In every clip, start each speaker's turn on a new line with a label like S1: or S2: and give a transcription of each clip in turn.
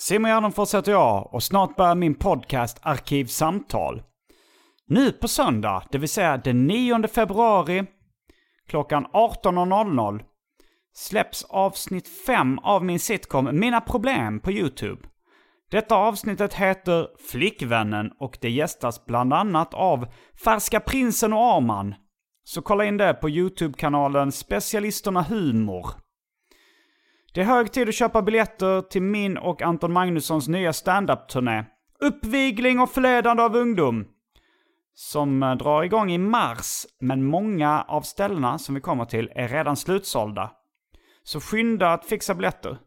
S1: Simon Gärdenfors heter jag och snart börjar min podcast Arkivsamtal. Nu på söndag, det vill säga den 9 februari klockan 18.00 släpps avsnitt 5 av min sitcom Mina Problem på YouTube. Detta avsnittet heter Flickvännen och det gästas bland annat av Färska Prinsen och Arman. Så kolla in det på YouTube-kanalen Specialisterna Humor. Det är hög tid att köpa biljetter till min och Anton Magnussons nya standup-turné. Uppvigling och förledande av ungdom. Som eh, drar igång i mars, men många av ställena som vi kommer till är redan slutsålda. Så skynda att fixa biljetter.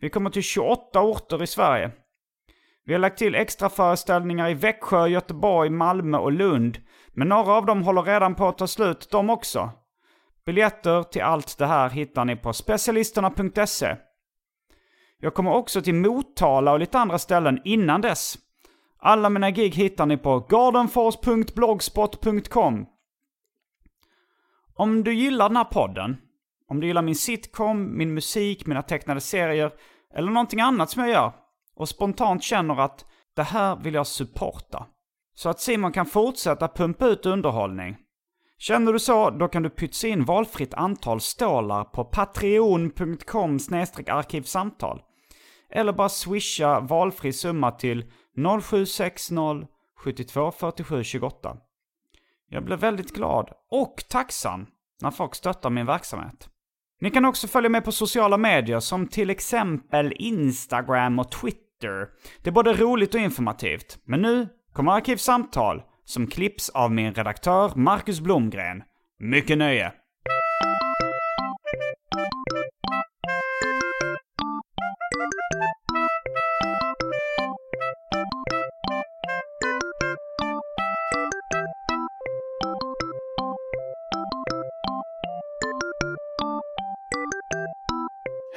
S1: Vi kommer till 28 orter i Sverige. Vi har lagt till extra föreställningar i Växjö, Göteborg, Malmö och Lund. Men några av dem håller redan på att ta slut, de också. Biljetter till allt det här hittar ni på specialisterna.se. Jag kommer också till Motala och lite andra ställen innan dess. Alla mina gig hittar ni på gardenfors.blogspot.com. Om du gillar den här podden, om du gillar min sitcom, min musik, mina tecknade serier eller någonting annat som jag gör och spontant känner att det här vill jag supporta. Så att Simon kan fortsätta pumpa ut underhållning. Känner du så, då kan du pytsa in valfritt antal stålar på patreon.com arkivsamtal. Eller bara swisha valfri summa till 0760 72 47 28. Jag blir väldigt glad och tacksam när folk stöttar min verksamhet. Ni kan också följa mig på sociala medier som till exempel Instagram och Twitter. Det är både roligt och informativt. Men nu kommer Arkivsamtal som klipps av min redaktör Marcus Blomgren. Mycket nöje!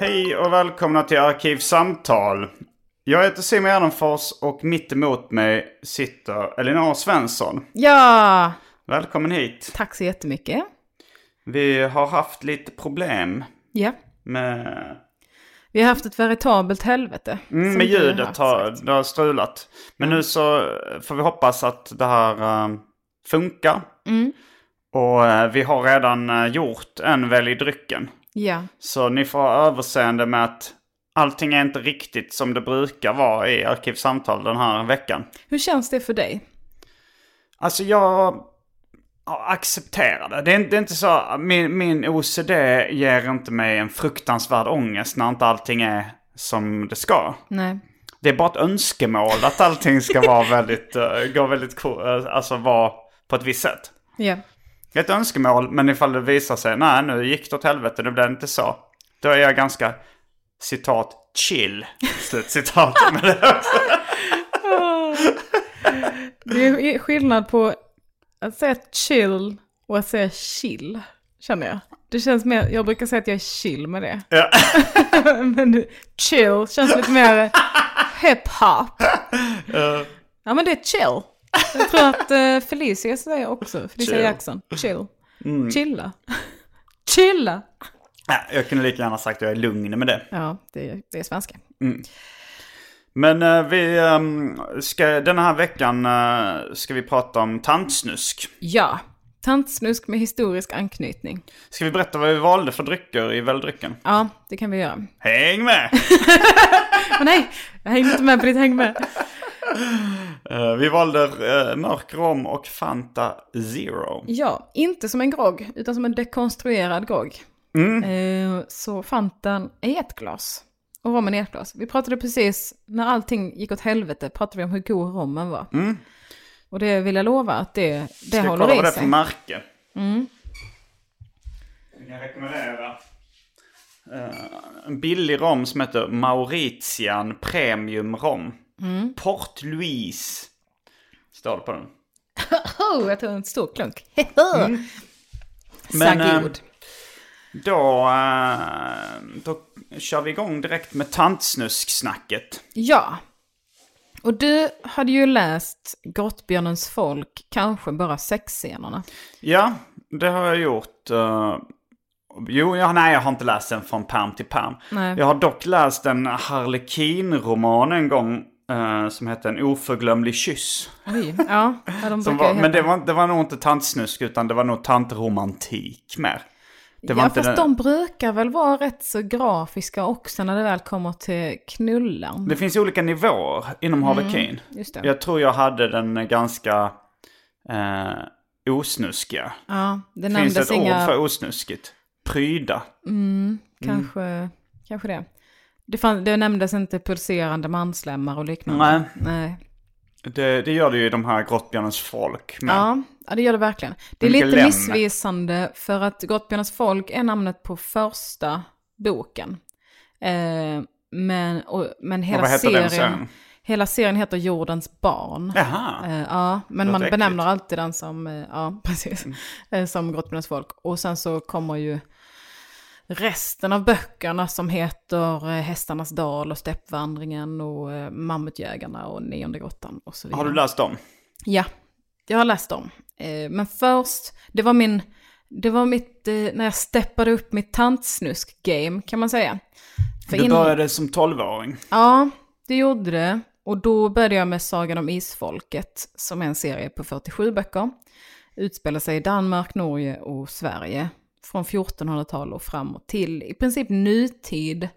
S1: Hej och välkomna till Arkivsamtal. Jag heter Simon Gärdenfors och mitt emot mig sitter Elinor Svensson.
S2: Ja,
S1: Välkommen hit.
S2: tack så jättemycket.
S1: Vi har haft lite problem
S2: Ja,
S1: med,
S2: vi har haft ett veritabelt helvete.
S1: mm,
S2: som
S1: med
S2: du har
S1: ljudet.
S2: haft
S1: Har,
S2: sagt.
S1: det har strulat. Men nu så får vi hoppas att det här eh, funkar.
S2: Mm.
S1: Och eh, vi har redan eh, gjort en Välj drycken.
S2: Ja,
S1: Så ni får ha överseende med att allting är inte riktigt som det brukar vara i Arkivsamtal den här veckan.
S2: hur känns det för dig?
S1: Alltså jag ja, accepterar det. Det är, inte- det är inte så, min, min OCD ger inte mig en fruktansvärd ångest när inte allting är som det ska.
S2: Nej,
S1: Det är bara ett önskemål att allting ska vara väldigt, eh, gå väldigt, ko- eh, alltså vara på ett visst sätt.
S2: ja,
S1: Det är ett önskemål, men ifall det visar sig, nej nu gick det åt helvete, nu blev det inte så. Då är jag ganska, citat, chill, slut citat. Men eh, det är också-
S2: det är skillnad på att säga chill och att säga chill, känner jag. Det känns mer, jag brukar säga att jag är chill med det.
S1: Ja.
S2: men nu, chill känns lite mer hip-hop. Ja men det är chill. Jag tror att eh, Felicia säger också, Felicia
S1: Chill. Mm.
S2: Jackson, chill. Chilla. Chilla.
S1: Nej, jag kunde lika gärna sagt att jag är lugn med det.
S2: Ja, det är, det är svenska.
S1: Men eh, vi ehm, ska, den här veckan eh, ska vi prata om tantsnusk.
S2: Ja, tantsnusk med historisk anknytning.
S1: Ska vi berätta vad vi valde för drycker i väldrycken?
S2: Ja, det kan vi göra.
S1: Häng med!
S2: Åh nej, jag hängde inte med på ditt häng med.
S1: Eh, vi valde eh, mörk rom och Fanta Zero.
S2: Ja, inte som en grogg, utan som en dekonstruerad grogg.
S1: Mm.
S2: Eh, så Fantan är ett glas och rommen är ett glas. Vi pratade precis, när allting gick åt helvete, pratade vi om hur god rommen var. Och det vill jag lova att det, det
S1: Mm. Ska kolla
S2: håller
S1: vad det
S2: i
S1: är för
S2: sig.
S1: märke. Mm. Jag rekommenderar eh, en billig rom som heter Mauritian Premium Rom.
S2: Mm.
S1: Port Louise. Står det på den.
S2: Oh, jag tog en stor klunk.
S1: Mm. Men,
S2: Så
S1: eh,
S2: god.
S1: Då, eh, då kör vi igång direkt med tantsnusksnacket.
S2: Ja. Och du hade ju läst Grottbjörnens folk, kanske bara sexscenerna.
S1: Ja, det har jag gjort. eh, jo, jag, nej, jag har inte läst den från pärm till pärm.
S2: Nej.
S1: Jag har dock läst en Harlekin-roman en gång eh, som hette En oförglömlig kyss.
S2: Oj, ja. ja de
S1: Som
S2: brukar
S1: var,
S2: ju
S1: men det
S2: heta-
S1: var, det var nog inte tantsnusk utan det var nog tantromantik mer. Det var
S2: ja,
S1: inte
S2: fast
S1: den-
S2: de brukar väl vara rätt så grafiska också när det väl kommer till knullan.
S1: Det finns olika nivåer inom Harlekin.
S2: Mm, Just det.
S1: Jag tror jag hade den ganska eh, osnuskiga.
S2: ja, det
S1: Finns det
S2: nämndes
S1: ett ord för Mm.
S2: inga...
S1: osnuskigt? Pryda.
S2: Kanske, kanske det. Det, fann, det nämndes inte pulserande manslemmar och liknande.
S1: Nej.
S2: Nej.
S1: Det, det gör det ju i de här Grottbjörnens folk. Men
S2: Ja, ja, det gör det verkligen. Det är
S1: Mycket
S2: lite
S1: lem.
S2: missvisande för att Grottbjörnens folk är namnet på första boken. Eh, men, och, men hela,
S1: vad heter den sen?
S2: serien, hela serien heter Jordens barn.
S1: Jaha.
S2: Eh, ja, men
S1: Låter
S2: man
S1: äckligt.
S2: benämner alltid den som, eh, ja precis, eh, som Grottbjörnens folk. Och sen så kommer ju resten av böckerna som heter eh, Hästarnas dal och Steppvandringen och eh, Mammutjägarna och Nionde grottan och så vidare.
S1: Har du läst dem?
S2: Ja, jag har läst dem. Eh, Men först, det var min, det var mitt, eh, när jag steppade upp mitt tantsnusk-game kan man säga. För
S1: Du
S2: in-
S1: började som tolvåring.
S2: Ja, det gjorde det. Och då började jag med Sagan om Isfolket, som är en serie på 47 böcker. Utspelar sig i Danmark, Norge och Sverige. Från 1400-tal och framåt till i princip nutid.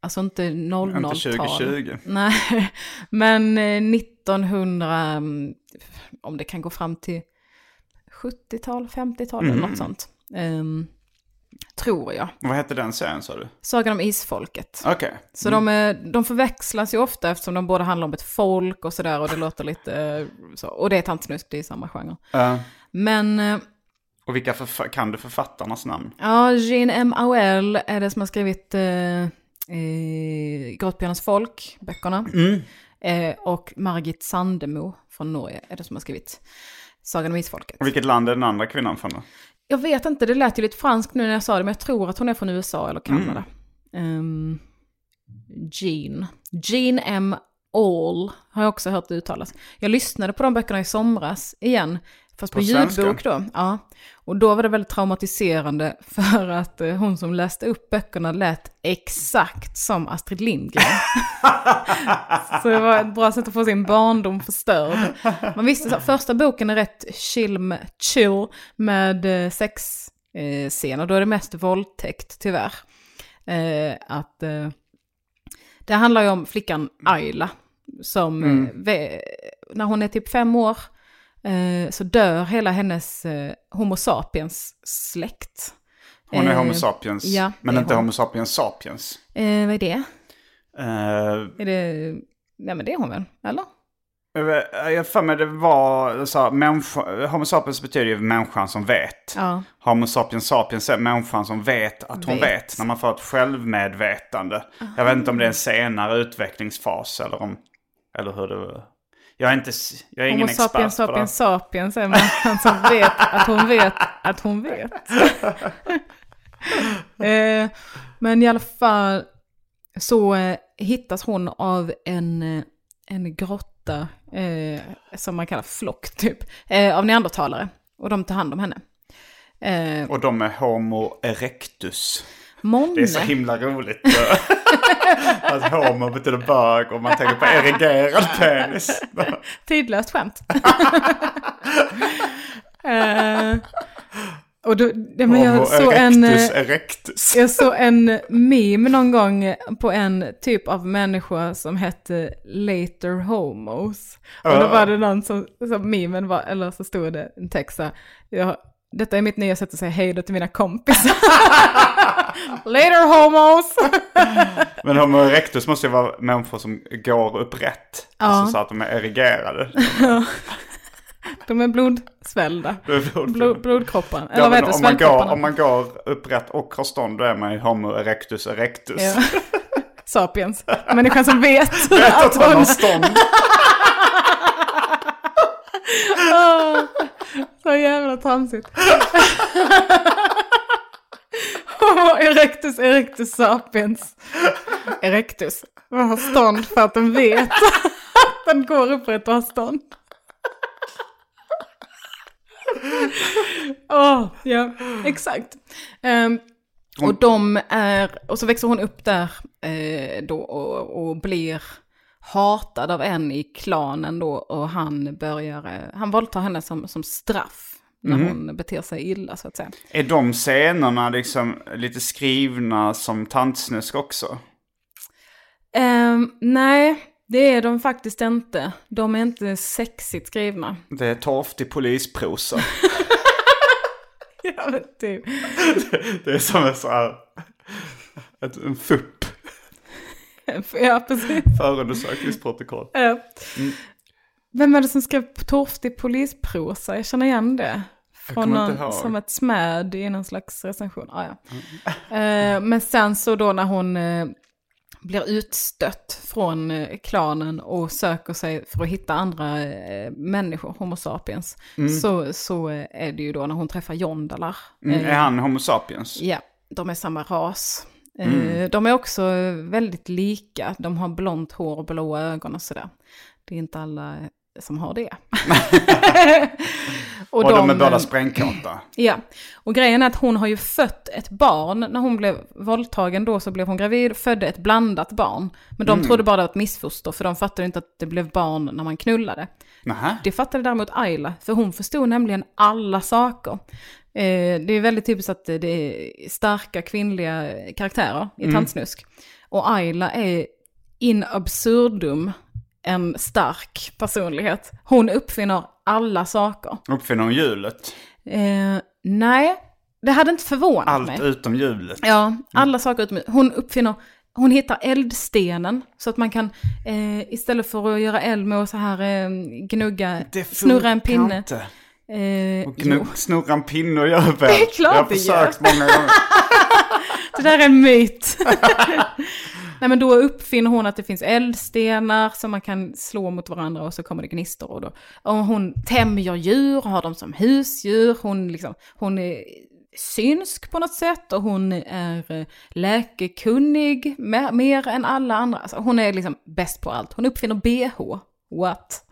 S2: Alltså inte 00-tal.
S1: Inte 2020.
S2: Nej, men eh, 1900, mm, om det kan gå fram till 70-tal, 50-tal eller något sånt. Ehm, tror jag.
S1: Vad hette den serien sa du?
S2: Sagan om Isfolket.
S1: Okej.
S2: Så de, är- de förväxlas ju ofta eftersom de båda handlar om ett folk och sådär och det låter lite eh, så. Och det är tantsnusk, det är samma genre.
S1: Eh,
S2: Men eh,
S1: och vilka förfa- kan du författarnas namn?
S2: ja, Jean M. Auel är det som har skrivit eh, eh, Grottbjörnens folk, böckerna. Eh, och Margit Sandemo från Norge är det som har skrivit Sagan om Isfolket.
S1: Och vilket land är den andra kvinnan från då?
S2: Jag vet inte, det lät ju lite franskt nu när jag sa det, men jag tror att hon är från USA eller Kanada. Ehm, Jean. Jean M. All har jag också hört det uttalas. Jag lyssnade på de böckerna i somras igen, fast på,
S1: På svenska?
S2: ljudbok då. Ja. Och då var det väldigt traumatiserande för att eh, hon som läste upp böckerna lät exakt som Astrid Lindgren. Så det var ett bra sätt att få sin barndom förstörd. Man visste så här, första boken är rätt chill, med- chill med eh, sex eh, scener. Då är det mest våldtäkt tyvärr. Eh, att, eh, det handlar ju om flickan Ayla. Som eh, ve- när hon är typ fem år eh, så dör hela hennes eh, Homo sapiens släkt.
S1: Hon är
S2: Eh,
S1: Homo sapiens.
S2: ja,
S1: men
S2: det är
S1: inte
S2: hon.
S1: Homo sapiens sapiens.
S2: Eh, vad är det?
S1: Eh,
S2: Är det? Nej men det är hon väl? Eller?
S1: Jag har för mig det var så här, människa, Homo sapiens betyder ju människan som vet.
S2: Ja.
S1: Homo sapiens sapiens är människan som vet att hon
S2: Vet.
S1: vet. När man får ett självmedvetande. Jag vet inte om det är en senare utvecklingsfas eller om... Eller hur det... Jag är inte... s- Jag är ingen
S2: Homo
S1: expert
S2: sapiens
S1: på det.
S2: sapiens sapiens är människan som vet att hon vet att hon vet. eh, men i alla fall så eh, hittas hon av en, eh, en grotta eh, som man kallar flock typ, eh, av neandertalare. Och de tar hand om henne. Eh,
S1: Och de är Homo erectus.
S2: Månne,
S1: Det är så himla roligt. att homo betyder bög och man tänker på erigerad penis.
S2: tidlöst skämt. eh, Och då, det, men jag
S1: Homo
S2: såg en...
S1: erectus
S2: eh,
S1: erectus.
S2: Jag såg en meme någon gång på en typ av människa som hette Later Homos. Och då var det någon som, som memen var, eller så stod det en text så här, jag, detta är mitt nya sätt att säga hej då till mina kompisar. Later Homos!
S1: Men homo erectus måste ju vara människor som går upprätt. Alltså så att de är erigerade.
S2: De är blodsvällda. Blod, blodkroppar. Eller
S1: Ja,
S2: vad
S1: men
S2: heter det?
S1: om, man går,
S2: Svällkropparna.
S1: om man går upprätt och har stånd då är man ju homo erectus erectus.
S2: Ja. Sapiens. Människan som vet.
S1: Rätt att man har stånd.
S2: Så jävla tramsigt. Homo erectus erectus sapiens. Erectus. Man har stånd för att den vet att den går upprätt och har stånd. Åh, ja, exakt. Ehm, och de är, och så växer hon upp där eh, då och, och blir hatad av en i klanen då och han börjar, eh, han våldtar henne som, som straff när hon beter sig illa så att säga.
S1: Är de scenerna liksom lite skrivna som tantsnusk också?
S2: Ehm, nej, det är de faktiskt inte. De är inte sexigt skrivna.
S1: Det är torftig polisprosa.
S2: Ja, men typ.
S1: Det är som en så här... Ett, en fupp.
S2: ja precis.
S1: Förundersökningsprotokoll.
S2: Eh,
S1: Mm.
S2: Vem är det som skrev torftig polisprosa? Jag känner igen det. Från
S1: kommer inte
S2: någon,
S1: ihåg.
S2: som ett smäd i någon slags recension. Ah, ja.
S1: Mm.
S2: Eh, men sen så då när hon eh, blir utstött från eh, klanen och söker sig för att hitta andra eh, människor, Homo sapiens, så, så eh, är det ju då när hon träffar Jondalar.
S1: Mm, är han homo sapiens?
S2: Ja, de är samma ras. Eh,
S1: Mm.
S2: De är också väldigt lika. De har blont hår och blåa ögon och sådär. Det är inte alla eh, som har det.
S1: Och, de, är båda sprängkåta.
S2: Ja, och grejen är att hon har ju fött ett barn. När hon blev våldtagen då så blev hon gravid och födde ett blandat barn. Men
S1: Mm.
S2: de trodde bara det var ett missfoster för de fattade inte att det blev barn när man knullade.
S1: Nähä?
S2: Det fattade däremot Ayla, för hon förstod nämligen alla saker. Eh, det är väldigt typiskt att det- det är starka kvinnliga karaktärer i
S1: Mm.
S2: tantsnusk. Och Ayla är in absurdum en stark personlighet. Hon uppfinner alla saker.
S1: Uppfinner hon hjulet?
S2: Eh, nej, det hade inte förvånat
S1: Allt Mm.
S2: mig.
S1: utom hjulet.
S2: Ja, alla saker utom Hon uppfinner, hon hittar eldstenen så att man kan eh, istället för att göra eld med och så här eh, gnugga,
S1: Det
S2: snurra en
S1: funkar
S2: pinne.
S1: inte.
S2: Eh,
S1: Och gnu,
S2: jo.
S1: snurra en pinne och göra väl.
S2: är klart
S1: Jag har
S2: det
S1: försökt många gånger.
S2: Det där är en myt. Nej men då uppfinner hon att det finns eldstenar som man kan slå mot varandra och så kommer det gnistor. Och då. Och hon tämjer djur, har dem som husdjur, hon, liksom, hon är synsk på något sätt och hon är eh, läkekunnig mer, mer än alla andra. Alltså, hon är liksom bäst på allt. Hon uppfinner bh. What?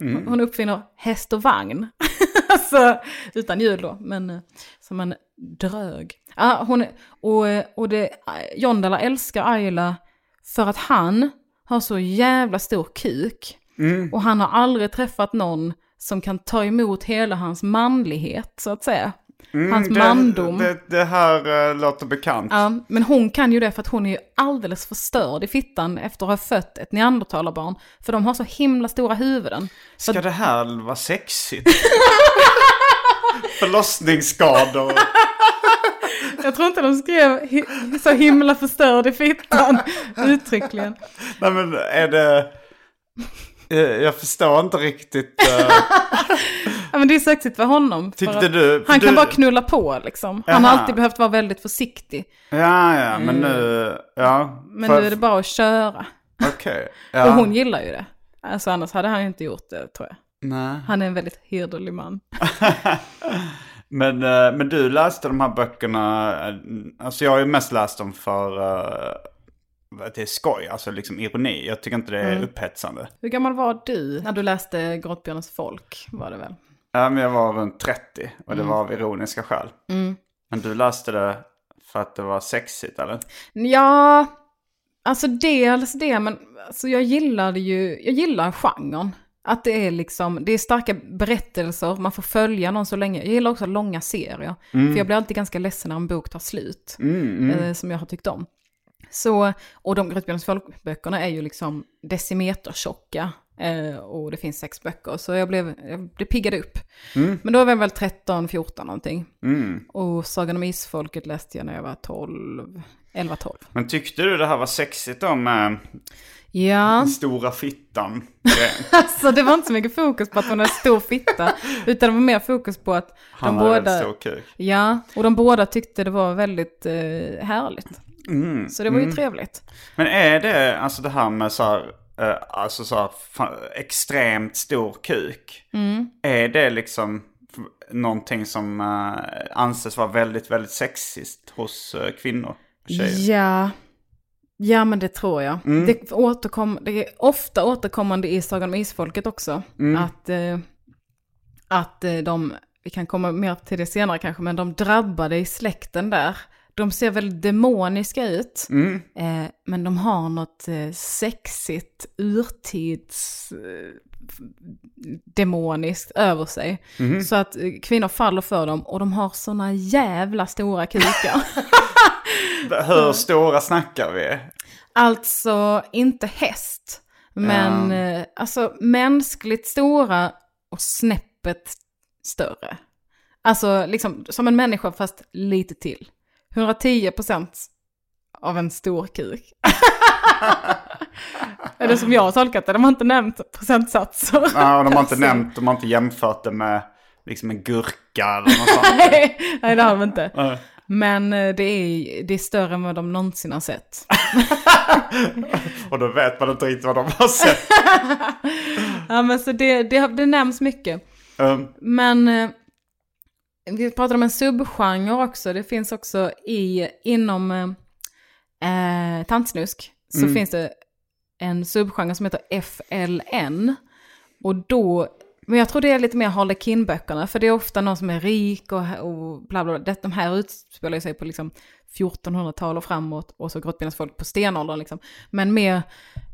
S1: Mm.
S2: Hon- Hon uppfinner häst och vagn. alltså, utan hjul då, men eh, som en drög. Ah, hon, är- och eh, och det, Jondala älskar Ayla för att han har så jävla stor kuk.
S1: Mm.
S2: Och han har aldrig träffat någon som kan ta emot hela hans manlighet, så att säga. hans mandom.
S1: Mm, Det, det, det här eh, låter bekant.
S2: Ja, men hon kan ju det för att hon är ju alldeles förstörd i fittan efter att ha fött ett neandertalarbarn. För de har så himla stora huvuden.
S1: Ska det här vara sexigt? Förlossningsskador.
S2: Jag tror inte de skrev hi- så himla förstörd i fittan uttryckligen.
S1: Nej men är det... Eh, Jag förstår inte riktigt. eh,
S2: Ja, men det är sexigt för honom. För
S1: Tyckte
S2: att
S1: du- för
S2: han kan
S1: du-
S2: bara knulla på liksom. Han har
S1: Jaha.
S2: alltid behövt vara väldigt försiktig.
S1: Ja, ja, men nu... Ja.
S2: Mm. Men
S1: för-
S2: nu är det bara att köra.
S1: Okej. Ja.
S2: Och hon gillar ju det. Alltså annars hade han ju inte gjort det tror jag.
S1: Nej.
S2: Han är en väldigt hederlig man.
S1: Men, eh, men du läste de här böckerna, eh, alltså jag har ju mest läst dem för eh, att det är skoj, alltså liksom ironi. Jag tycker inte det är upphetsande.
S2: Hur gammal var du när du läste Grottbjörnens folk? Var det väl?
S1: Ja, men jag var runt 30 och det var av ironiska skäl. Men du läste det för att det var sexigt eller?
S2: Ja, alltså dels det, men alltså jag gillade ju, jag gillar genren. Att det är liksom, det är starka berättelser, man får följa någon så länge. Jag gillar också långa serier, för jag blir alltid ganska ledsen när en bok tar slut, eh, som jag har tyckt om. Så, och de Grytbjörns folkböckerna är ju liksom decimetertjocka. Eh, och det finns sex böcker, så jag blev, jag blev piggad upp. Men då var jag väl 13, 14 någonting. Och Sagan om Isfolket läste jag när jag var 12, 11, 12.
S1: Men tyckte du det här var sexigt då med
S2: Ja,
S1: den stora fittan?
S2: alltså det var inte så mycket fokus på att hon hade stor fitta, utan det var mer fokus på att
S1: Han
S2: de
S1: hade väl
S2: båda...
S1: stor kuk.
S2: Ja, och de båda tyckte det var väldigt eh, härligt.
S1: Mm.
S2: Så det var ju trevligt.
S1: Men är det alltså det här med så här, eh, alltså så här fa- extremt stor kuk? Är det liksom f- någonting som eh, anses vara väldigt, väldigt sexiskt hos eh, kvinnor? och Tjejer?
S2: Ja. ja, men det tror jag. Det, återkom, det är ofta återkommande i Sagan om Isfolket också. Att, eh, att eh, de, vi kan komma mer till det senare kanske, men de drabbade i släkten där. De ser väldigt demoniska ut, eh, men de har något eh, sexigt, urtids... Eh, demoniskt över sig. Så att eh, kvinnor faller för dem och de har såna jävla stora kukar.
S1: Hur stora snackar vi?
S2: Alltså inte häst, men eh, alltså mänskligt stora och snäppet större. Alltså liksom som en människa fast lite till. 110 procent av en stor kuk. Eller som jag har tolkat det, de har inte nämnt procentsatser.
S1: Ja, och de har inte nämnt, de har inte jämfört det med liksom en gurka eller något sånt.
S2: Nej, nej, det har de inte. Men eh, det är, det är större än vad de någonsin har sett.
S1: Och då vet man inte riktigt vad de har sett.
S2: Ja, men så det, det, det nämns mycket.
S1: Um,
S2: Men eh, vi pratade om en subgenre också. Det finns också i, inom eh, eh, tantsnusk så finns det en subgenre som heter FLN. Och då, men jag tror det är lite mer Harlequin-böckerna, för det är ofta någon som är rik och, och bla bla. bla. Det, de här utspelar sig på liksom 1400-tal och framåt och så grottbildnas folk på stenåldern liksom. Men mer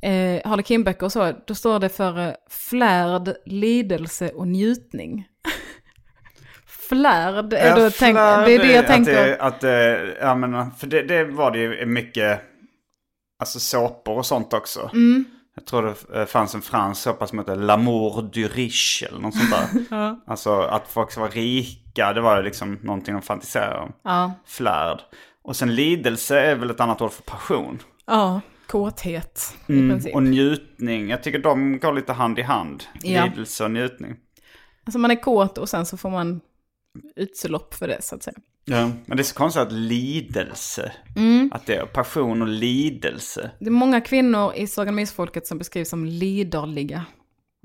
S2: eh, Harlequin-böcker och så, då står det för eh, flärd, lidelse och njutning. flärd är då tänk, det är det jag tänker.
S1: Att, det- att, det- ja, men, för det, det var det ju mycket, alltså såpor och sånt också.
S2: Mm.
S1: Jag tror det eh, fanns en fransk såpa som hette L'amour du riche eller något sånt där. Alltså att folk ska vara rika, det var ju liksom någonting de fantiserade om.
S2: Ja,
S1: Flärd. Och sen lidelse är väl ett annat ord för passion.
S2: ja kåthet i princip.
S1: Mm, Och njutning, jag tycker de går lite hand i hand.
S2: Ja.
S1: Lidelse och njutning.
S2: Alltså man är kåt och sen så får man utlopp för det så att säga.
S1: Ja. Men det är så konstigt att lidelse,
S2: Mm.
S1: att det är passion och lidelse.
S2: Det är många kvinnor i Sagan om Isfolket som beskrivs som liderliga.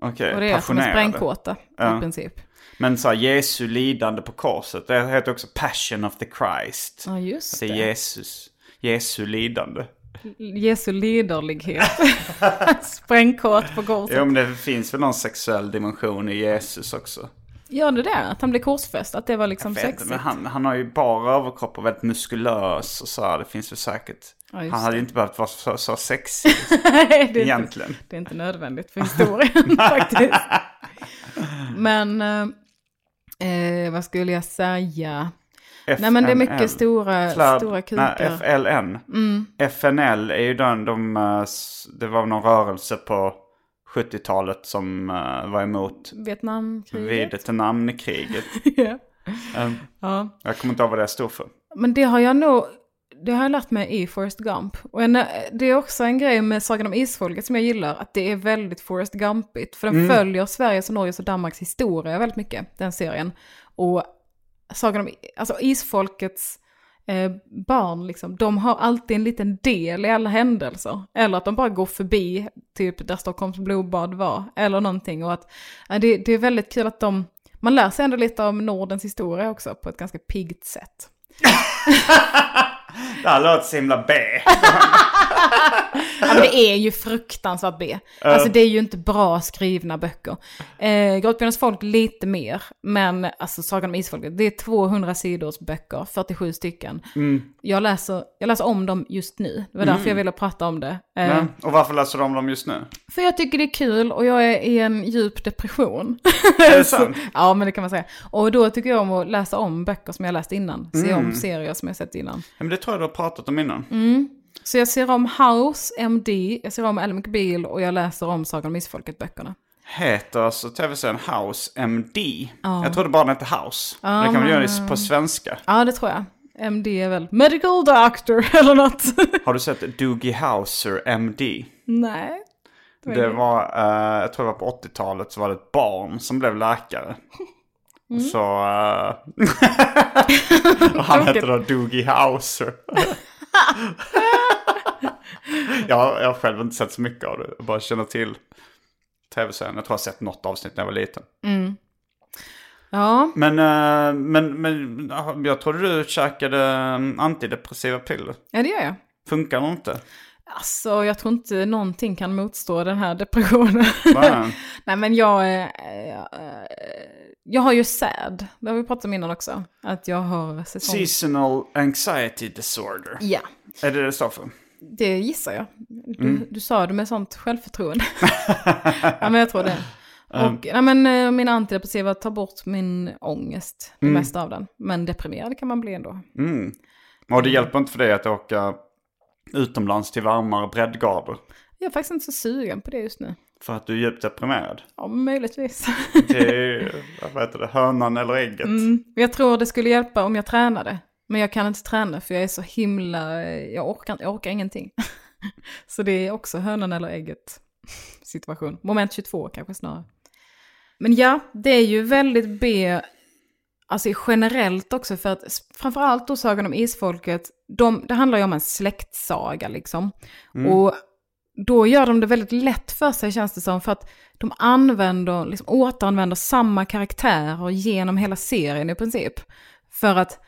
S1: Okej,
S2: Och det är som en sprängkåta
S1: Ja.
S2: i princip.
S1: Men så här, Jesu lidande på korset, det heter också Passion of the Christ.
S2: Ja, just
S1: det är
S2: det.
S1: Jesus, Jesu lidande.
S2: Jesu liderlighet. Sprängkåt på korset.
S1: Ja, men det finns väl någon sexuell dimension i Jesus också.
S2: Gör det det? Att han blev korsfäst? Att det var liksom
S1: Jag vet inte,
S2: sexigt?
S1: men han, han har ju bara överkropp och väldigt muskulös och så här, det finns väl säkert.
S2: Ja, just
S1: han hade
S2: det.
S1: ju inte behövt vara så, så sexig
S2: det, är inte,
S1: egentligen.
S2: det är inte nödvändigt för historien faktiskt. Men eh, eh, vad skulle jag säga? Nej men det är mycket
S1: FNL.
S2: stora,
S1: Flärd-
S2: stora kukar.
S1: Nej, FLN. FNL är ju den de, eh, s- det var någon rörelse på 70-talet som eh, var emot
S2: Vietnamkriget.
S1: Vietnamkriget.
S2: ja.
S1: Eh,
S2: ja.
S1: Jag kommer inte ihåg vad det stod för.
S2: Men det har jag nog, det har jag lärt mig i Forrest Gump. Och en, det är också en grej med Sagan om Isfolket som jag gillar, att det är väldigt Forrest Gumpigt. För den följer Sveriges och Norges och Danmarks historia väldigt mycket, den serien. Och Sagan om, alltså Isfolkets eh, barn, liksom, de har alltid en liten del i alla händelser. Eller att de bara går förbi, typ där Stockholms blodbad var, eller någonting. Och att, ja, det, det är väldigt kul att de, man lär sig ändå lite om Nordens historia också på ett ganska piggt sätt.
S1: Det här låter så himla B.
S2: Ja, men det är ju fruktansvärt B. Alltså det är ju inte bra skrivna böcker. Eh, Grottbjörnens folk lite mer, men alltså Sagan om Isfolket, det är 200 sidors böcker, 47 stycken.
S1: Mm.
S2: Jag, läser, jag läser om dem just nu, det var därför jag ville prata om det. Eh,
S1: Mm. Och varför läser de dem just nu?
S2: För jag tycker det är kul och jag är i en djup depression.
S1: Är det sant?
S2: ja, men det kan man säga. Och då tycker jag om att läsa om böcker som jag läst innan, se om
S1: Mm.
S2: serier som jag sett innan.
S1: Ja, men det tror jag du har pratat om innan.
S2: Så jag ser om House, MD, jag ser om Ellen McBeal och jag läser om Sagan om Isfolket-böckerna.
S1: Heter alltså tv-serien House MD? Jag trodde bara den hette House. det kan man göra det på svenska.
S2: Ja, det tror jag. MD är väl Medical Doctor eller något.
S1: Har du sett Doogie Howser MD?
S2: Nej. är
S1: Det var, eh, jag tror det var på 80-talet så var det ett barn som blev läkare. Så... eh, och han hette då Doogie Howser. jag, jag har själv inte sett så mycket av det. Jag bara känner till tv-serien. Jag tror jag har sett något avsnitt när jag var liten.
S2: Ja,
S1: Men, eh, men, men ah, jag trodde du käkade eh, antidepressiva piller.
S2: ja det gör jag.
S1: Funkar de inte?
S2: Alltså, jag tror inte någonting kan motstå den här depressionen.
S1: Bara-
S2: Nej, men jag, eh, eh, jag har ju SAD. Det har vi pratat om innan också. Att jag har säsong...
S1: Seasonal anxiety disorder.
S2: Ja,
S1: Är det det det står för?
S2: det gissar jag. Du, du sa det med sånt självförtroende. ja, men jag tror det. Och, nej, men eh, mina antidepressiva tar bort min ångest, det mesta av den. Men deprimerad kan man bli ändå.
S1: Och det hjälper inte för dig att åka utomlands till varmare breddgrader.
S2: Jag är faktiskt inte så sugen på det just nu.
S1: För att du är djupt deprimerad.
S2: Ja, möjligtvis.
S1: Det är ju, vad heter det, hönan eller ägget.
S2: Men Jag tror det skulle hjälpa om jag tränade. Men jag kan inte träna för jag är så himla, jag orkar, jag orkar ingenting. Så det är också hönan eller ägget situation. Moment 22 kanske snarare. Men ja, det är ju väldigt B, alltså generellt också för att s- framförallt då Sagan om Isfolket, de, det handlar ju om en släktsaga liksom. Och då gör de det väldigt lätt för sig känns det som. För att de använder, liksom, återanvänder samma karaktärer genom hela serien i princip. För att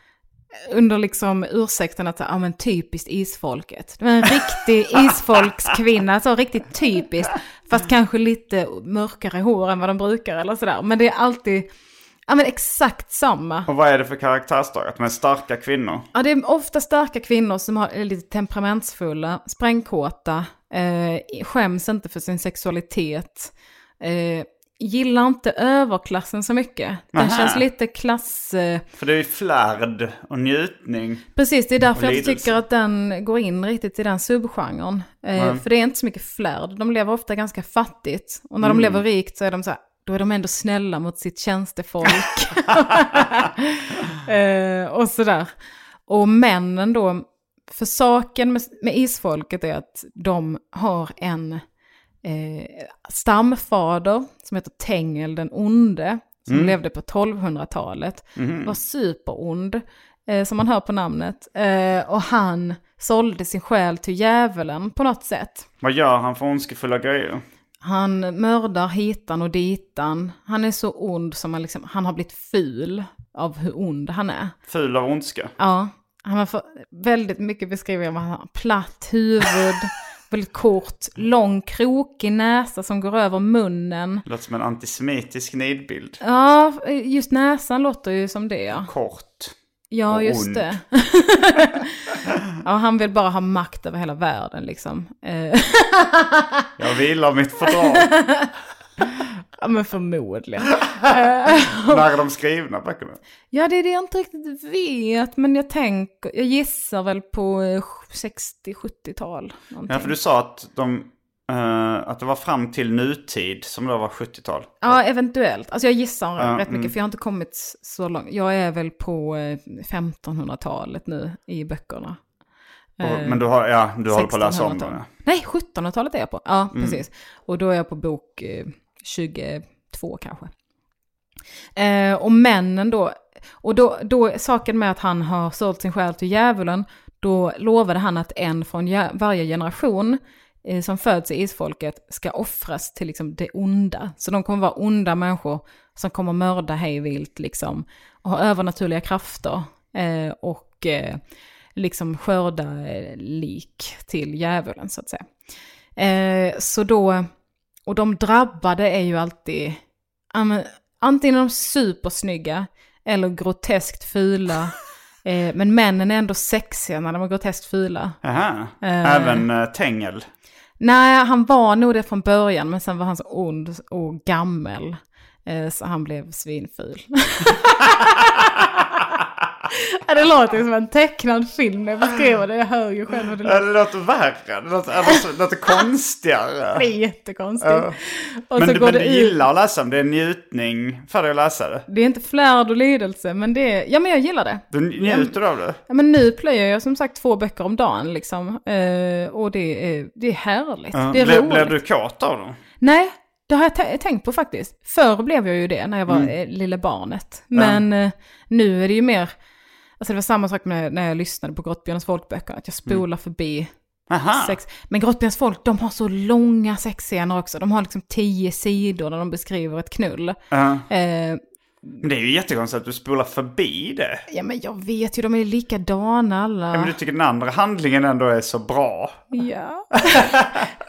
S2: under liksom ursäkten att, ja men typiskt isfolket. Det var en riktig isfolkskvinna, så riktigt typiskt. Fast kanske lite mörkare hår än vad de brukar eller sådär. Men det är alltid, ja men exakt samma.
S1: Och vad är det för karaktärsdrag? Att de är starka kvinnor?
S2: Ja, det är ofta starka kvinnor som har, är lite temperamentsfulla, sprängkåta, eh, skäms inte för sin sexualitet, eh, gillar inte överklassen så mycket. Den
S1: Aha.
S2: känns lite klass... Eh,
S1: För det är ju flärd och njutning.
S2: precis, det är därför
S1: Och
S2: jag inte
S1: lidelse.
S2: tycker att den går in riktigt i den subgenren. Eh, För det är inte så mycket flärd, de lever ofta ganska fattigt. Och när de lever rikt så är de så här, då är de ändå snälla mot sitt tjänstefolk. Eh, och sådär. Och männen då, för saken med, med isfolket är att de har en eh, stamfader som heter Tengel den onde, som levde på 1200-talet, var superond, eh, som man hör på namnet. Eh, och han sålde sin själ till djävulen på något sätt.
S1: Vad gör han för ondskefulla grejer?
S2: Han mördar hitan och ditan. Han är så ond som han, liksom, han har blivit ful av hur ond han är.
S1: Ful av ondska.
S2: Ja, han har fått väldigt mycket beskrivningar om att han har platt huvud, väldigt kort, lång krokig näsa som går över munnen.
S1: Låter som en antisemitisk nidbild.
S2: Ja, just näsan låter ju som det ja.
S1: Kort.
S2: Ja,
S1: Och
S2: just
S1: ond.
S2: det. ja, han vill bara ha makt över hela världen liksom. Eh,
S1: Jag vilar mitt fördrag.
S2: Ja, men förmodligen.
S1: När är de skrivna böckerna?
S2: Ja, det är det jag inte riktigt vet, men jag tänker, jag gissar väl på eh, 60-70-tal. någonting.
S1: Ja, för du sa att, de, eh, att det var fram till nutid, som då var 70-tal.
S2: Ja, eventuellt. Alltså jag gissar
S1: Ja,
S2: rätt mycket,
S1: mm.
S2: för jag har inte kommit så långt. Jag är väl på eh, 1500-talet nu i böckerna. Eh,
S1: Och, men du, har, ja, du håller på att läsa om dem. ja. Mm.
S2: 1600-talet. Nej, 1700-talet är jag på. Ja, precis. Och då är jag på bok eh, 22 kanske. Eh, och männen då, och då, då, saken med att han har sålt sin själ till djävulen, då lovade han att en från jä- varje generation eh, som föds i isfolket ska offras till liksom det onda. Så de kommer vara onda människor som kommer mörda hej vilt liksom, och ha övernaturliga krafter. Eh, och eh, liksom skörda eh, lik till djävulen så att säga. Eh, så då, och de drabbade är ju alltid ja, men antingen är de supersnygga eller groteskt fula. Eh, men männen är ändå sexiga när de är groteskt fula.
S1: Aha. Även eh, Tengel.
S2: Nej, han var nog det från början, men sen var han så ond och gammel. eh, Så han blev svinful. Ja, det låter ju som en tecknad film när jag beskriver det. Jag hör ju själv hur det
S1: Ja,
S2: låter.
S1: Det låter värre, det låter, det låter, det låter konstigare.
S2: Det är jättekonstigt.
S1: Ja.
S2: Och
S1: men
S2: så
S1: du,
S2: går
S1: men
S2: det
S1: du
S2: ut.
S1: gillar att läsa dem, det är en njutning för dig att läsa det.
S2: Det är inte flärd och lidelse, men det är... Ja, men jag gillar det.
S1: Du njuter av det.
S2: Ja, men nu plöjer jag som sagt två böcker om dagen liksom. Eh, och det är, det är härligt.
S1: Ja.
S2: det är
S1: Blev-
S2: roligt.
S1: Blev du kåt av dem?
S2: Nej, det har jag tä- tänkt på faktiskt. Förr blev jag ju det när jag var mm. lilla barnet. Men eh, nu är det ju mer... Alltså det var samma sak med när jag lyssnade på Grottbjörnens folkböcker, att jag spolar förbi
S1: Mm. Aha.
S2: sex. Men Grottbjörns folk, de har så långa sexscener också. De har liksom tio sidor där de beskriver ett knull.
S1: Ja.
S2: Eh,
S1: Men det är ju jättekonstigt att du spolar förbi det.
S2: ja men jag vet ju, de är likadana alla.
S1: Men du tycker den andra handlingen ändå är så bra.
S2: Ja.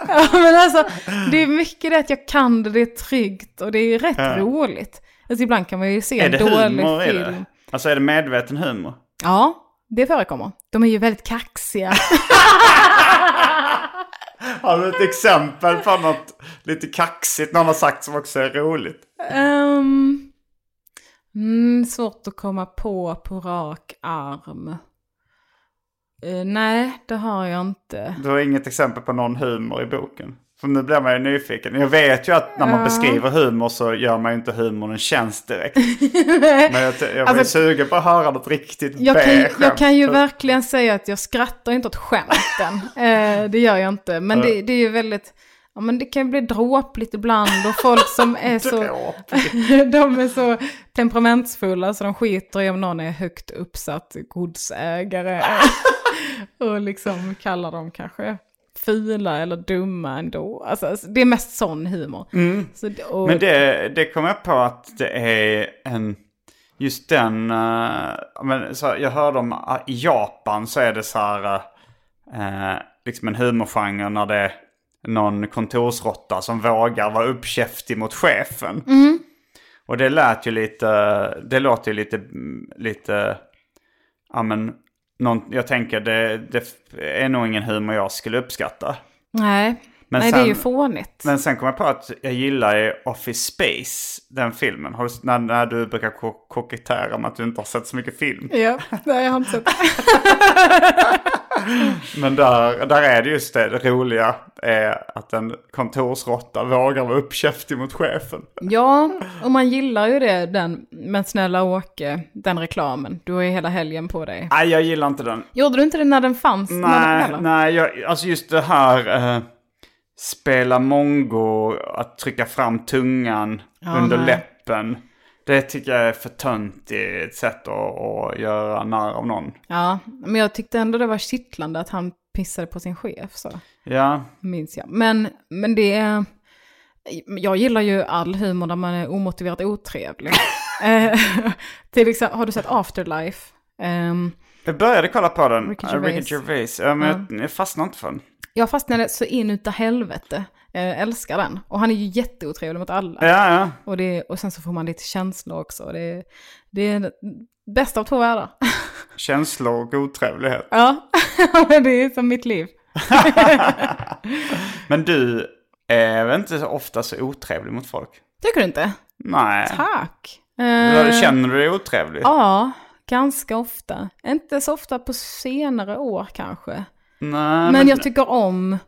S2: ja, men alltså det är mycket det att jag kan det, det är tryggt och det är rätt roligt. Alltså ibland kan man ju se
S1: är det
S2: en dålig
S1: humor i
S2: film.
S1: det? Alltså är det medveten humor?
S2: Ja, det förekommer. De är ju väldigt kaxiga.
S1: Har du ett exempel på något lite kaxigt någon har sagt som också är roligt?
S2: Ehm, mm, svårt att komma på på rak arm. Eh, nej, det har jag inte.
S1: Du har inget exempel på någon humor i boken? För nu blir man ju nyfiken. Jag vet ju att när man beskriver humor så gör man ju inte humorn en tjänst direkt. Men jag, jag var ju
S2: Alltså-
S1: sugen på att höra något riktigt
S2: Jag
S1: B-skämt.
S2: kan, jag kan ju verkligen säga att jag skrattar inte åt skämten. eh, det gör jag inte. Men det, det är ju väldigt, ja men det kan ju bli dråpligt ibland och folk som är så,
S1: Dråpligt.
S2: de är så temperamentsfulla så de skiter i om någon är högt uppsatt godsägare. och liksom kallar dem kanske fula eller dumma ändå. Alltså, alltså, det är mest sån humor. Så, det- och,
S1: Mm. Men det, det kom jag på att det är en... Just den... eh, men så, här, jag hörde om eh, i Japan så är det så här... eh, liksom en humorgenre när det är någon kontorsrotta som vågar vara uppkäftig mot chefen. Och det lät ju lite... Det låter ju lite... lite ja, men, någon, jag tänker det, det är nog ingen humor jag skulle uppskatta.
S2: nej,
S1: Men
S2: nej det är ju
S1: sen-
S2: fånigt.
S1: Men sen kom jag på att jag gillar ju Office Space, den filmen. Har du, när, när du brukar ko- kokettera med att du inte har sett så mycket film.
S2: Ja, nej, jag har inte sett.
S1: Men där, där är det just det, det roliga är att en kontorsrotta vågar vara uppkäftig mot chefen.
S2: Ja, och man gillar ju det, den Men snälla Åke, den reklamen. Du har ju hela helgen på dig.
S1: Nej, jag gillar inte den.
S2: Gjorde du inte det när den fanns? när den
S1: Nej,
S2: kom, eller?
S1: nej jag, alltså just det här eh, spela mongo, att trycka fram tungan under
S2: nej.
S1: läppen. Det tycker jag är för töntigt sätt att, att göra narr av någon.
S2: Ja, men jag tyckte ändå det var kittlande att han pissade på sin chef, så
S1: Ja,
S2: minns jag. Men, men det är... Jag gillar ju all humor där man är omotiverat otrevlig. eh, till exempel, har du sett Afterlife? Ehm,
S1: Jag började kolla på den,
S2: Ricky
S1: Ricky Gervais,
S2: Gervais.
S1: Ricky Gervais. Ja, men jag, jag fastnade inte för den.
S2: jag fastnade så in utav helvete. Eh, älskar den. Och han är ju jätteotrevlig mot alla.
S1: Ja, ja.
S2: Och, det, och sen så får man lite känslor också. Det, det är det bästa av två världar.
S1: Känslor och otrevlighet.
S2: Ja, men det är som mitt liv.
S1: Men du är väl inte så ofta så otrevlig mot folk?
S2: Tycker du inte?
S1: Nej.
S2: Tack.
S1: Eller
S2: Eh,
S1: Känner du dig otrevlig?
S2: ja, ganska ofta. Inte så ofta på senare år kanske.
S1: Nej,
S2: Men jag tycker om,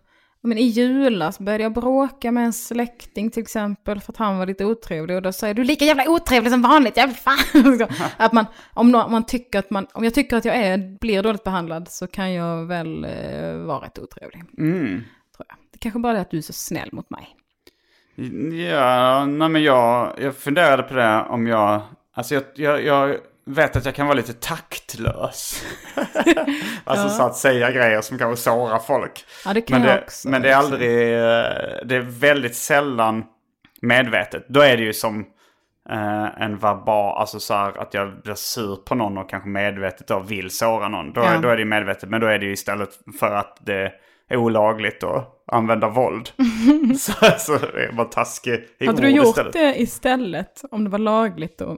S2: men i julas började jag bråka med en släkting till exempel för att han var lite otrevlig och då säger du "Du är lika jävla otrevlig som vanligt, jävla fan. Så att man, om, nå- om man tycker att man, om jag tycker att jag är, blir dåligt behandlad så kan jag väl eh, vara rätt otrevlig.
S1: Mm.
S2: Tror jag. Det kanske bara är att du är så snäll mot mig.
S1: Ja, nej men jag, jag funderade på det om jag... Alltså jag, jag, jag vet att jag kan vara lite taktlös. alltså så att säga grejer som kanske sårar folk.
S2: Ja, det kan
S1: Men
S2: jag
S1: det,
S2: också.
S1: men det är aldrig, eh, det är väldigt sällan medvetet. Då är det ju som eh, än verbal, alltså så här att jag blir sur på någon och kanske medvetet då vill såra någon. Då,
S2: Ja.
S1: då är det ju medvetet, men då är det ju istället för att det är olagligt att använda våld. så, så är man taskig i
S2: Hade
S1: ord
S2: du gjort
S1: istället.
S2: det istället? Om det var lagligt då?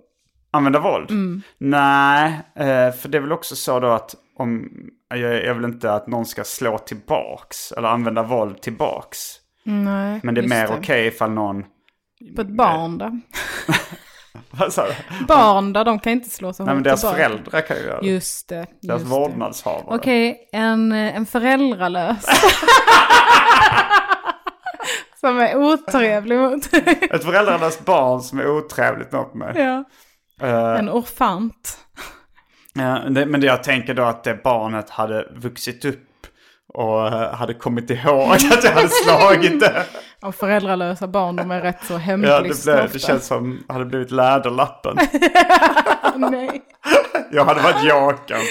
S1: Använda våld?
S2: Mm.
S1: Nej, eh, för det är väl också så då att om, jag, jag vill inte att någon ska slå tillbaks eller använda våld tillbaks.
S2: Nej,
S1: Men det är
S2: just
S1: mer okej ifall någon...
S2: På ett barn då?
S1: Vad sa du?
S2: Barn då, de kan inte slå sig
S1: Nej men
S2: hårt
S1: deras
S2: tillbaka.
S1: föräldrar kan ju göra det.
S2: Just det. Just
S1: deras
S2: det.
S1: vårdnadshavare.
S2: Okej, en, en föräldralös. Som är otrevlig mot dig.
S1: Ett föräldrarnas barn som är otrevligt mot mig.
S2: ja.
S1: Eh,
S2: En orfant.
S1: eh, det, men det jag tänker då att det barnet hade vuxit upp och eh, hade kommit ihåg att jag hade slagit det.
S2: Och föräldralösa barn, de är rätt så
S1: Ja,
S2: hämndlystna
S1: det, blev,
S2: Mm, ofta.
S1: det känns som hade blivit läderlappen.
S2: Nej.
S1: Jag hade varit jag kanske.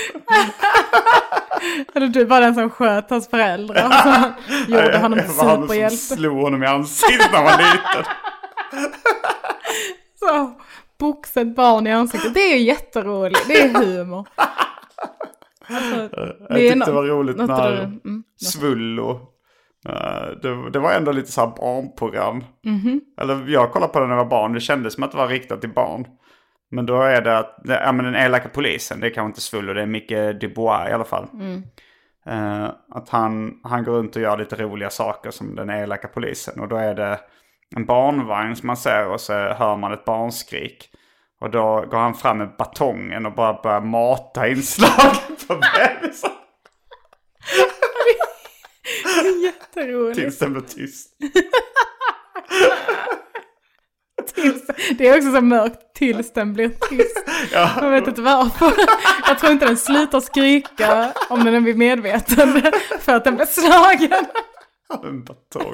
S2: Eller du var den som sköt hans föräldrar. och Så gjorde han en
S1: Jag var han som
S2: superhjälte.
S1: slog honom i ansiktet när han var liten.
S2: Så, boxa ett barn i ansiktet. Det är ju jätteroligt. Det är humor. Alltså,
S1: Jag
S2: är
S1: tyckte det var
S2: nå-
S1: roligt
S2: något
S1: när
S2: du- mm,
S1: Svullo. eh, Det, det var ändå lite så här barnprogram. Eller jag kollade på det när jag var barn. Det kändes som att det var riktat till barn. Men då är det att, det- ja men den elaka polisen, det är kanske inte Svullo, det är Micke Dubois i alla fall. Eh, att han, han går runt och gör lite roliga saker som den elaka polisen. Och då är det en barnvagn som man ser och så hör man ett barnskrik. Och då går han fram med batongen och bara börjar mata inslag på bebisar.
S2: Jätteroligt.
S1: Tills den blir tyst.
S2: Det är också så mörkt tills den blir tyst. Jag vet inte varför. Jag tror inte den slutar skrika om den blir medveten för att den blir slagen.
S1: En batong.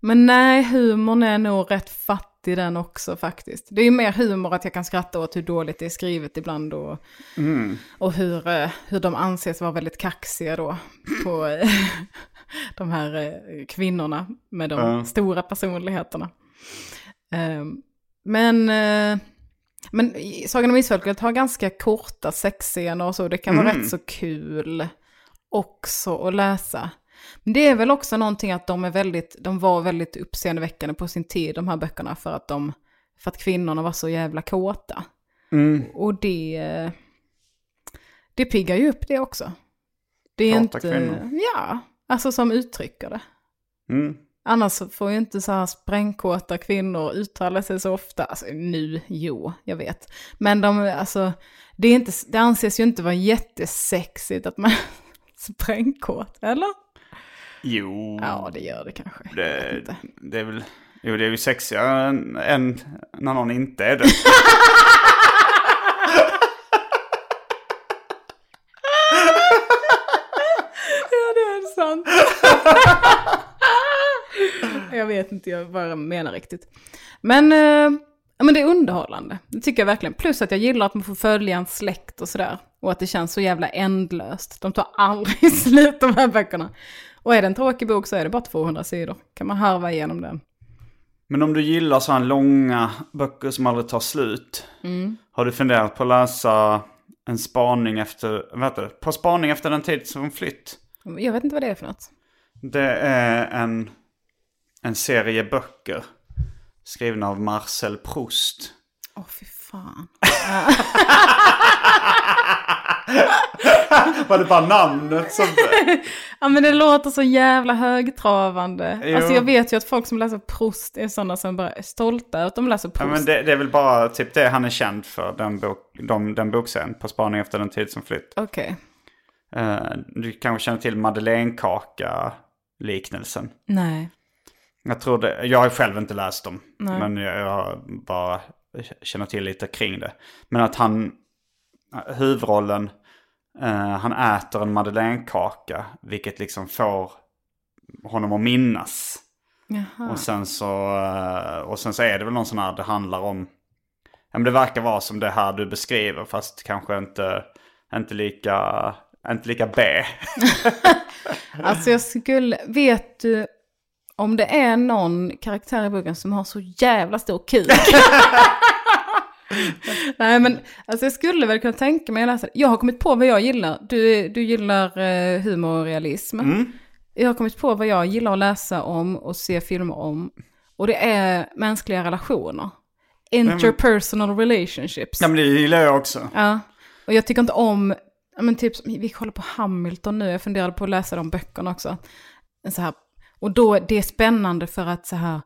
S2: men nej, humorn är nog rätt fattig den också faktiskt. Det är ju mer humor att jag kan skratta åt hur dåligt det är skrivet ibland och, och hur, eh, hur de anses vara väldigt kaxiga då på eh, de här eh, kvinnorna med de stora personligheterna. Eh, Men, eh, men i Sagan om Isfolket har ganska korta sexscener och så, det kan vara rätt så kul också att läsa. Men det är väl också någonting att de, är väldigt, de var väldigt uppseendeväckande på sin tid, de här böckerna, för att, de, för att kvinnorna var så jävla kåta. Och det, det piggar ju upp det också. Det är
S1: Kåta
S2: inte,
S1: kvinnor.
S2: Ja, alltså som uttrycker det.
S1: Mm.
S2: Annars så får ju inte så här sprängkåta kvinnor uttala sig så ofta. Alltså nu, jo, jag vet. Men de, alltså, det, är inte, det anses ju inte vara jättesexigt att man är sprängkåt, eller?
S1: Jo,
S2: Ja, det gör det kanske. Jag vet
S1: Mm. det,
S2: inte.
S1: det är väl... Jo, det är ju sexigare än, än när någon inte är det.
S2: Ja, det är sant. jag vet inte jag vad jag menar riktigt. Men, eh, ja, men det är underhållande. Det tycker jag verkligen. Plus att jag gillar att man får följa en släkt och sådär. Och att det känns så jävla ändlöst. De tar aldrig slut de här böckerna. Och är det en tråkig bok så är det bara 200 sidor. Kan man harva igenom den.
S1: Men om du gillar så här långa böcker som aldrig tar slut.
S2: Mm.
S1: Har du funderat på att läsa en spaning efter, vad heter det? På spaning efter den tid som flytt.
S2: Jag vet inte vad det är för något.
S1: Det är en, en serie böcker skrivna av Marcel Proust.
S2: Åh fy fan.
S1: Var det bara namnet som...
S2: Ja men det låter så jävla högtravande.
S1: Jo.
S2: Alltså jag vet ju att folk som läser Proust är sådana som bara är stolta över att de läser
S1: Ja,
S2: Proust.
S1: men det, det är väl bara typ det han är känd för, den, bok, de, den bokserien. På spaning efter den tid som flytt.
S2: Okej.
S1: Eh, du kanske känner till Madeleinekaka-liknelsen.
S2: Nej.
S1: Jag tror det, jag har själv inte läst dem. Men jag, jag har bara känner till lite kring det. Men att han, huvudrollen, eh, han äter en madeleinekaka. Vilket liksom får honom att minnas.
S2: Jaha.
S1: Och sen så, eh, och sen så är det väl någon sån här det handlar om. Ja men det verkar vara som det här du beskriver fast kanske inte, inte lika, inte lika B.
S2: Alltså jag skulle, vet du om det är någon karaktär i boken som har så jävla stor kuk? Nej men alltså jag skulle väl kunna tänka mig att läsa det. Jag har kommit på vad jag gillar. Du, du gillar eh, humor och realism. Jag har kommit på vad jag gillar att läsa om och se filmer om. Och det är mänskliga relationer. Interpersonal relationships.
S1: Ja men det gillar jag också.
S2: Ja, och jag tycker inte om, ja, men typ, som- vi kollar på Hamilton nu, jag funderade på att läsa de böckerna också. Så här, och då, det är spännande för att så här,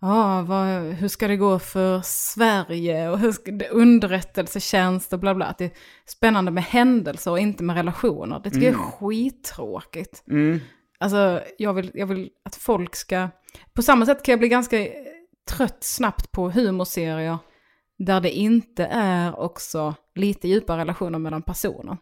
S2: ja, vad, hur ska det gå för Sverige och hur ska det, underrättelsetjänst och bla bla. Att det är spännande med händelser och inte med relationer. Det tycker jag är skittråkigt. Alltså, jag vill, jag vill att folk ska... På samma sätt kan jag bli ganska eh, trött snabbt på humorserier där det inte är också lite djupa relationer mellan personer.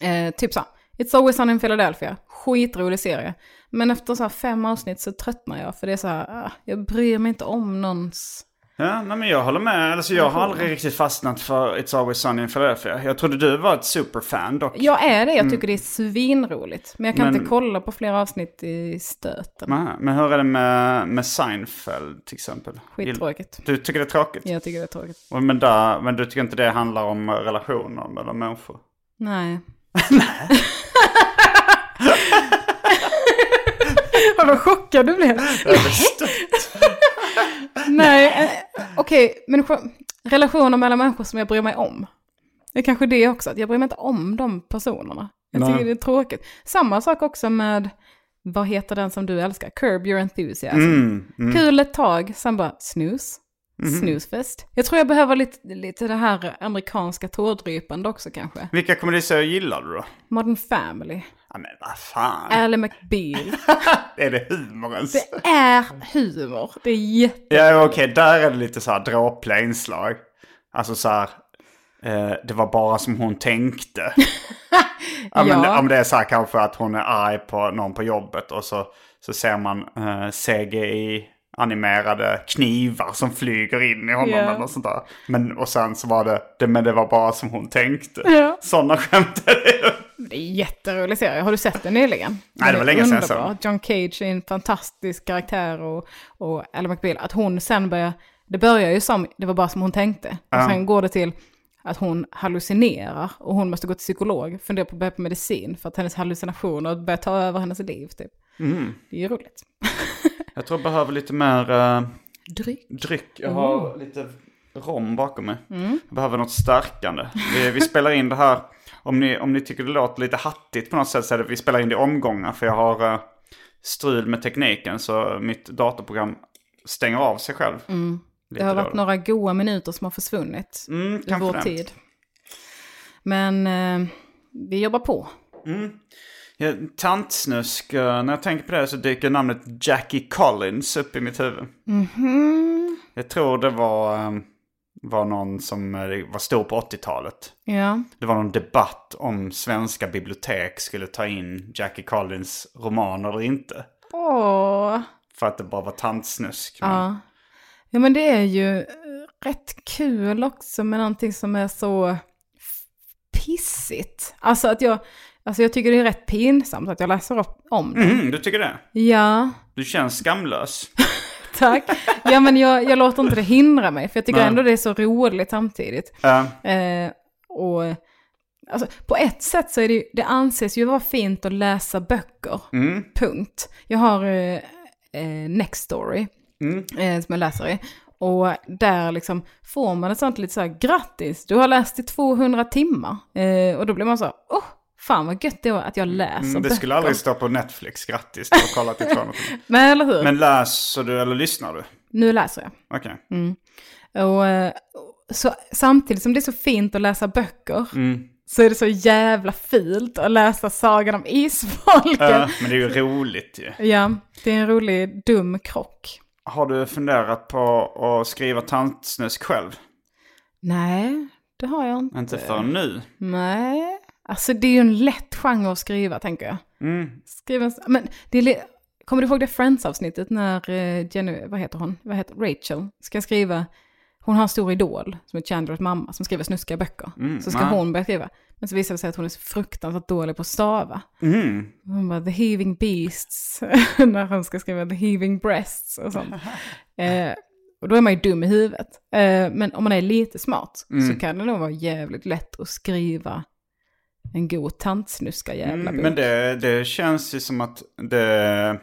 S2: Eh, typ så här, It's Always Sunny in Philadelphia, skitrolig serie. Men efter så här fem avsnitt så tröttnar jag för det är så här, ah, jag bryr mig inte om någons...
S1: Ja, nej, men jag håller med. Alltså, jag har aldrig riktigt fastnat för It's Always Sunny in Philadelphia. Jag trodde du var ett superfan dock.
S2: Jag är det, jag tycker det är svinroligt. Men jag kan
S1: Men-
S2: inte kolla på flera avsnitt i stöten.
S1: Nej, Men hur är det med, med Seinfeld till exempel?
S2: Skittråkigt.
S1: Du tycker det är tråkigt?
S2: Jag tycker det är tråkigt.
S1: Och- Men, där, men du tycker inte det handlar om relationer mellan människor?
S2: Nej. Nej. Vad chockad du blev. Nej, eh, okej, men sk- relationer mellan människor som jag bryr mig om. Det är kanske det också, att jag bryr mig inte om de personerna. Jag
S1: Nej.
S2: tycker det är tråkigt. Samma sak också med, vad heter den som du älskar? Curb your enthusiasm.
S1: Mm, mm.
S2: Kul ett tag, sen bara snus. Snusfest. Jag tror jag behöver lite, lite det här amerikanska tårdrypande också kanske.
S1: Vilka komediserier gillar du då?
S2: Modern Family,
S1: Ja, men vad fan.
S2: Ally McBeal.
S1: Är det humor ens?
S2: Det är humor. Det är jätte...
S1: Ja, okej, där är det lite så här dråpliga inslag. Alltså så här, eh, det var bara som hon tänkte. ja, men,
S2: Ja.
S1: Om det är så här kanske att hon är arg på någon på jobbet och så, så ser man eh, CGI-animerade knivar som flyger in i honom
S2: Ja.
S1: eller något sånt där. Men, och sen så var det, det, men det var bara som hon tänkte.
S2: Ja.
S1: Sådana skämt är det.
S2: Det är en jätterolig serie. Har du sett den nyligen?
S1: Nej, det var länge sedan jag såg
S2: Underbar. John Cage är en fantastisk karaktär och, och Ally McBeal. Att hon sen börjar... Det börjar ju som, det var bara som hon tänkte. Och sen går det till att hon hallucinerar och hon måste gå till psykolog, fundera på att börja på medicin för att hennes hallucinationer börjar ta över hennes liv typ.
S1: Mm.
S2: Det är ju roligt.
S1: Jag tror jag behöver lite mer... eh,
S2: Dryck.
S1: dryck. Jag har
S2: Mm.
S1: lite rom bakom mig. Jag behöver något stärkande. Vi, vi spelar in det här. Om ni, om ni tycker det låter lite hattigt på något sätt så är det vi spelar in det i omgångar. För jag har eh, strul med tekniken så mitt datorprogram stänger av sig själv.
S2: Mm. Det har varit några goa minuter som har försvunnit
S1: Mm,
S2: i
S1: kanske
S2: vår
S1: det.
S2: tid. Men eh, vi jobbar på.
S1: Ja, tantsnusk. eh, När jag tänker på det så dyker namnet Jackie Collins upp i mitt huvud.
S2: Mhm.
S1: Jag tror det var, eh, var någon som eh, var stor på 80-talet.
S2: Ja.
S1: Det var någon debatt om svenska bibliotek skulle ta in Jackie Collins roman eller inte.
S2: Åh.
S1: För att det bara var tantsnusk. Men-
S2: Ja. ja, men det är ju eh, rätt kul också med någonting som är så f- pissigt. Alltså att jag, alltså jag tycker det är rätt pinsamt att jag läser upp om det.
S1: Mm, du tycker det?
S2: Ja,
S1: Du känns skamlös.
S2: tack. Ja men jag, jag låter inte det hindra mig för jag tycker ändå det är så roligt samtidigt.
S1: Ja.
S2: Eh, och alltså, på ett sätt så är det ju, det anses ju vara fint att läsa böcker.
S1: Mm.
S2: Punkt. Jag har eh, eh, Next Story
S1: Mm.
S2: eh, som jag läser i. Och där liksom får man ett sånt lite så här grattis, du har läst i 200 timmar. Eh, och då blir man så här, åh, fan vad gött det var att jag läser
S1: Mm, det
S2: böcker.
S1: skulle aldrig stå på Netflix, grattis, du har kollat i 200 timmar.
S2: Men eller hur?
S1: Men läser du eller lyssnar du?
S2: Nu läser jag.
S1: Okej.
S2: Mm. Och, eh, så, samtidigt som det är så fint att läsa böcker så är det så jävla fult att läsa Sagan om Isfolket.
S1: Eh, men det är ju roligt ju.
S2: Ja, det är en rolig dum krock.
S1: Har du funderat på att skriva tantsnusk själv?
S2: Nej, det har jag inte.
S1: Inte förrän nu.
S2: Nej. Alltså det är ju en lätt genre att skriva tänker jag. Skriva, en- men det är, li- kommer du ihåg det Friends-avsnittet när eh, Jenny, vad heter hon, vad heter Rachel, ska skriva, hon har en stor idol som är Chandlers mamma som skriver snuskiga böcker.
S1: Mm,
S2: så ska hon börja skriva. Men så visar det sig att hon är så fruktansvärt dålig på att stava.
S1: Mm.
S2: Hon bara the heaving beasts, när hon ska skriva the heaving breasts och sånt. Eh, och då är man ju dum i huvudet. Eh, men om man är lite smart
S1: Mm.
S2: så kan det nog vara jävligt lätt att skriva en god tantsnuska jävla
S1: Mm,
S2: bok.
S1: men det, det känns ju som att det...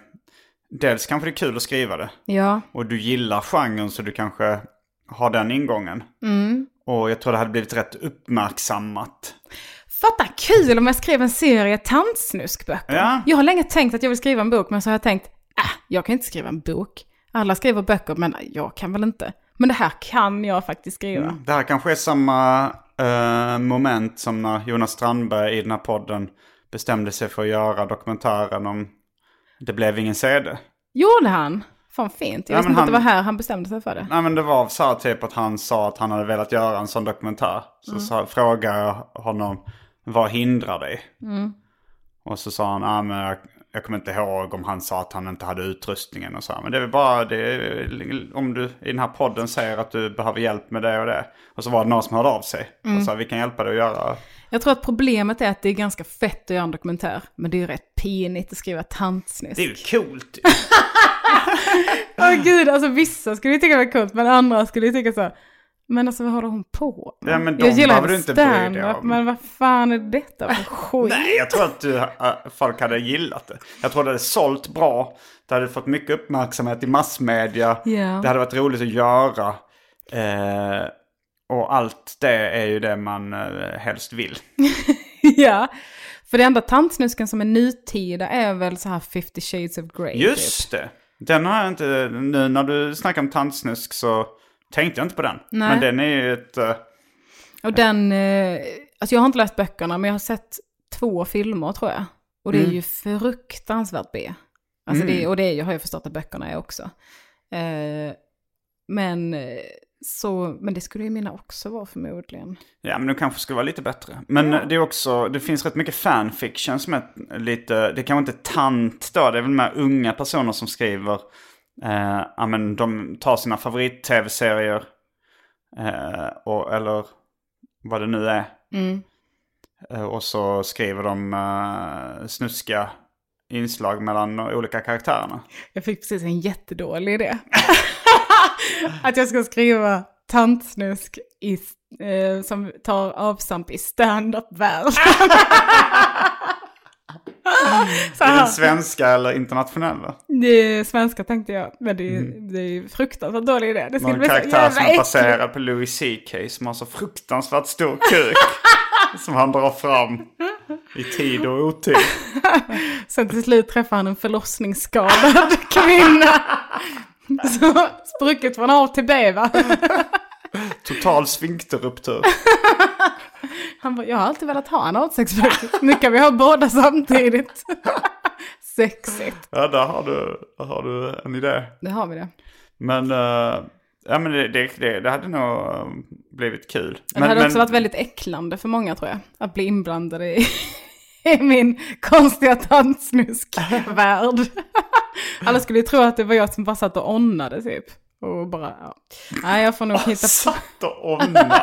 S1: Dels kanske det är kul att skriva det.
S2: Ja,
S1: Och du gillar genren så du kanske har den ingången. Och jag tror det hade blivit rätt uppmärksammat.
S2: fatta kul om jag skrev en serie tantsnuskböcker.
S1: Ja.
S2: Jag har länge tänkt att jag vill skriva en bok men så har jag tänkt, äh, jag kan inte skriva en bok. Alla skriver böcker men jag kan väl inte. Men det här kan jag faktiskt skriva.
S1: Mm. Det här kanske är samma eh, moment som när Jonas Strandberg i den här podden bestämde sig för att göra dokumentären om Det blev ingen CD.
S2: Gjorde han? Fan fint. Jag
S1: Ja,
S2: visste
S1: men
S2: inte att det var
S1: han-
S2: här han bestämde sig för det.
S1: Nej men det var så här typ att han sa att han hade velat göra en sån dokumentär. Så,
S2: Mm.
S1: sa- frågade jag honom, vad hindrar dig?
S2: Mm.
S1: Och så sa han, ah, men jag, jag kommer inte ihåg om han sa att han inte hade utrustningen och så här. Men det är väl bara det, är- om du i den här podden säger att du behöver hjälp med det och det. Och så var det någon som hörde av sig
S2: Mm.
S1: och sa, vi kan hjälpa dig att göra.
S2: Jag tror att problemet är att det är ganska fett att göra en dokumentär, men det är ju rätt pinigt att skriva tantsnusk.
S1: Det är ju coolt.
S2: Åh gud, alltså vissa skulle ju tycka det var coolt, men andra skulle ju tycka så här, men alltså vad håller hon på med?
S1: Ja, men de
S2: Jag gillar
S1: behöver du
S2: hennes
S1: inte bry dig
S2: stand-up,
S1: om.
S2: men vad fan är detta för skit?
S1: Nej, jag tror att du, äh, folk hade gillat det. Jag tror det hade sålt bra. Det hade fått mycket uppmärksamhet i massmedia.
S2: Ja.
S1: Det hade varit roligt att göra. Eh, och allt det är ju det man eh, helst vill.
S2: ja, för det enda tantsnusken som är nutida är väl så här 50 shades of grey. typ.
S1: Just det! Den har jag inte... Nu när du snackar om tantsnusk så tänkte jag inte på den.
S2: Nej.
S1: Men den är ju ett... eh,
S2: Och den, eh, alltså jag har inte läst böckerna, men jag har sett två filmer tror jag. Och det är ju fruktansvärt B. Alltså det, och det är, ju- har jag förstått att böckerna är också. Eh, men, eh, så, men det skulle ju mina också vara förmodligen.
S1: Ja, men de kanske skulle vara lite bättre. Men det är också, det finns rätt mycket fanfiction som är lite, det kanske inte är tant då, det är väl med unga personer som skriver, eh, ja men de tar sina favorit-tv-serier, eh, och, eller vad det nu är. Eh, och så skriver de eh, snuska inslag mellan de olika karaktärerna.
S2: Jag fick precis en jättedålig idé. att jag ska skriva tantsnusk i, eh, som tar avstamp i stand-up-världen. Så
S1: Är
S2: här.
S1: den svenska eller internationella?
S2: Det är svenska tänkte jag, men det är, det är ju fruktansvärt dålig idé. Det skulle
S1: Någon
S2: bli så
S1: karaktär som
S2: jävla
S1: är
S2: äckligt.
S1: baserad på Louis CK som har så fruktansvärt stor kuk. som han drar fram i tid och otid.
S2: Sen till slut träffar han en förlossningsskadad kvinna. Så sprucket från A till B va?
S1: Total sfinkterruptur.
S2: Han bara, jag har alltid velat ha en ortsexpert. Nu kan vi ha båda samtidigt. Sexigt.
S1: Ja, där har du, där har du en idé.
S2: Det har vi det.
S1: Men, eh, ja, men det, det, det, det hade nog eh, blivit kul.
S2: det
S1: men,
S2: hade
S1: men,
S2: också varit väldigt äcklande för många tror jag. Att bli inblandade i, i min konstiga tantsnusk-värld. Alla skulle ju tro att det var jag som bara satt och onnade typ. Och bara, ja. Nej, jag får nog hitta på,
S1: Satt och ångnade.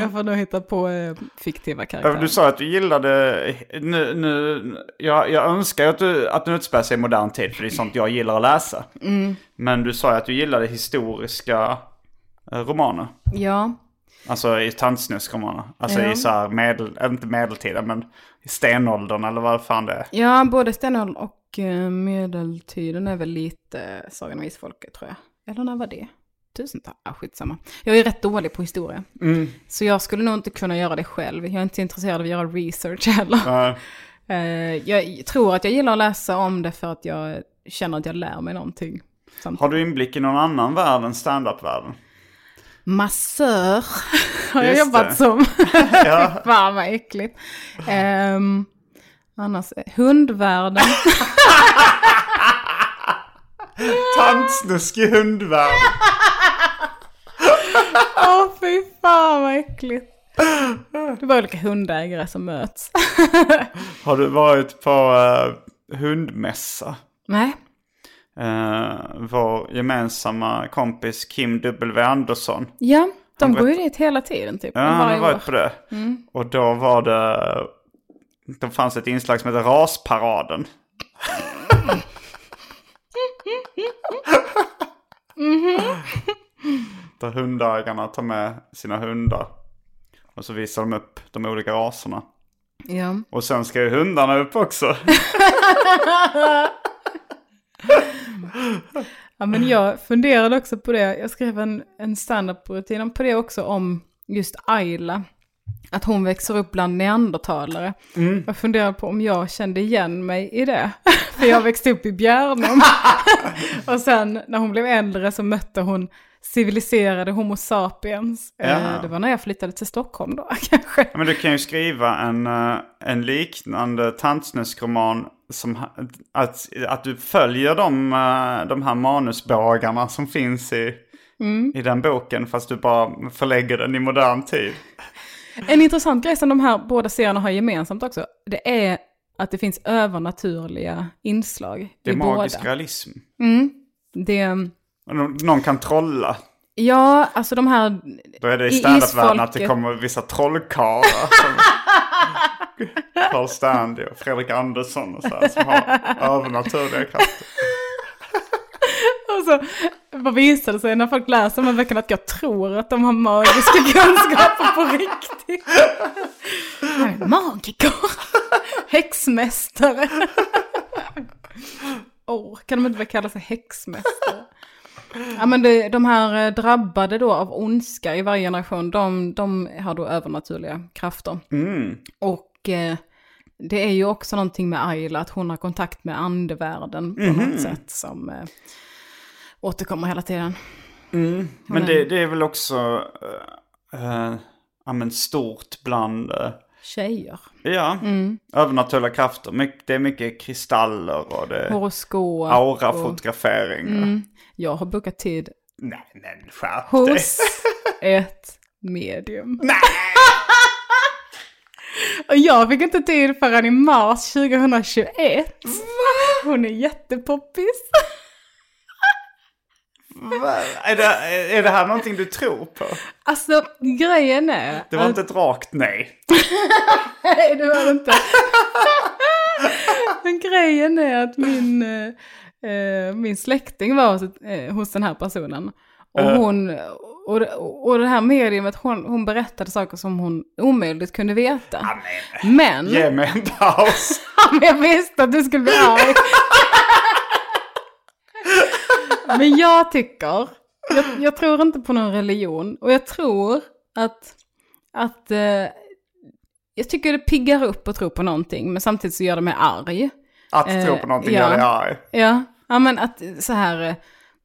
S2: jag får nog hitta på eh, fiktiva
S1: Ja,
S2: karaktärer.
S1: Du sa att du gillade, nu, nu, jag, jag önskar ju att du, att du utspelar sig i modern tid, för det är sånt jag gillar att läsa.
S2: Mm.
S1: Men du sa ju att du gillade historiska eh, romaner.
S2: Ja,
S1: Alltså i tantsnuskromaner. Alltså
S2: Ja.
S1: i så här medel, inte medeltida, men i stenåldern eller vad fan det är.
S2: ja både stenåldern och eh, medeltiden är väl lite Sagan om isfolket tror jag. Eller när var det? Tusental? Ah, skitsamma. Jag är rätt dålig på historia.
S1: Mm.
S2: Så jag skulle nog inte kunna göra det själv. Jag är inte intresserad av att göra research heller.
S1: Eh,
S2: Eh, jag tror att jag gillar att läsa om det för att jag känner att jag lär mig någonting. Samtidigt.
S1: har du inblick i någon annan värld än standup-världen?
S2: Massör har jag
S1: Just
S2: jobbat
S1: det.
S2: som. Fy Fan vad äckligt. Um, annars, eh, hundvärden.
S1: Tantsnusk i hundvärlden!
S2: Åh fy fan vad äckligt. Det var olika hundägare som möts.
S1: Har du varit på eh, hundmässa?
S2: Nej,
S1: Eh, vår gemensamma kompis Kim W. Andersson.
S2: ja, de går ju dit hela tiden typ.
S1: Ja, han har
S2: Varje
S1: varit
S2: år.
S1: på det. Och då var det... Det fanns ett inslag som hette Rasparaden. Där hundägarna tar med sina hundar. Och så visar de upp de olika raserna.
S2: Ja.
S1: Och sen ska ju hundarna upp också.
S2: Ja, men jag funderade också på det. Jag skrev en, en standup-rutin om- på det också om just Ayla. Att hon växer upp bland neandertalare.
S1: Mm.
S2: Jag funderade på om jag kände igen mig i det. För jag växte upp i Bjärnum. Och sen när hon blev äldre så mötte hon civiliserade homo sapiens. Eh,
S1: Ja.
S2: Det var när jag flyttade till Stockholm då kanske.
S1: Ja, men du kan ju skriva en, eh, en liknande tantsnuskroman som ha- att, att du följer de, eh, de här manusbågarna som finns i,
S2: Mm.
S1: i den boken fast du bara förlägger den i modern tid.
S2: En intressant grej som de här båda serierna har gemensamt också, det är att det finns övernaturliga inslag
S1: Det är
S2: i
S1: magisk
S2: båda.
S1: realism.
S2: Det,
S1: Och nå- Någon kan trolla.
S2: ja, alltså de här...
S1: Då är det i
S2: I
S1: standup-världen att det
S2: isfolket.
S1: kommer vissa trollkarlar. som Carl Stanley och Fredrik Andersson och så här, som har övernaturliga krafter.
S2: Alltså, vad visar det sig när folk läser de här böckerna att jag tror att de har magiska kunskaper på riktigt. Han är magiker. Häxmästare. Oh, kan de inte bara kalla sig häxmästare? Ja men det, de här eh, drabbade då av ondska i varje generation, de, de har då övernaturliga krafter. Och eh, det är ju också någonting med Ayla, att hon har kontakt med andevärlden på något sätt som eh, återkommer hela tiden.
S1: Men det, det är väl också eh, eh, ja, men stort bland... eh,
S2: Tjejer,
S1: Ja,
S2: Mm.
S1: övernaturliga krafter. My- Det är mycket kristaller och det är
S2: horoskop. och- Mm.
S1: aurafotografering.
S2: Jag har bokat tid
S1: Nej, men skärp dig.
S2: hos ett medium. Nej! Och jag fick inte tid förrän i mars 2021. Hon är jättepoppis.
S1: Va? Är det, är det här någonting du tror på?
S2: Alltså grejen är...
S1: Det var inte ett rakt nej.
S2: Nej, det var det inte. Men grejen är att min, eh, eh, min släkting var hos, eh, hos den här personen. Och, hon, och, det- och det här mediumet, hon, hon berättade saker som hon omöjligt kunde veta. Men,
S1: Ge mig en paus.
S2: men jag visste att du skulle bli arg. Men jag tycker, jag, jag tror inte på någon religion. Och jag tror att, att eh, jag tycker det piggar upp att tro på någonting. Men samtidigt så gör det mig arg.
S1: Att tro
S2: Eh,
S1: på någonting
S2: ja.
S1: gör dig arg.
S2: Ja, ja men att så här, eh,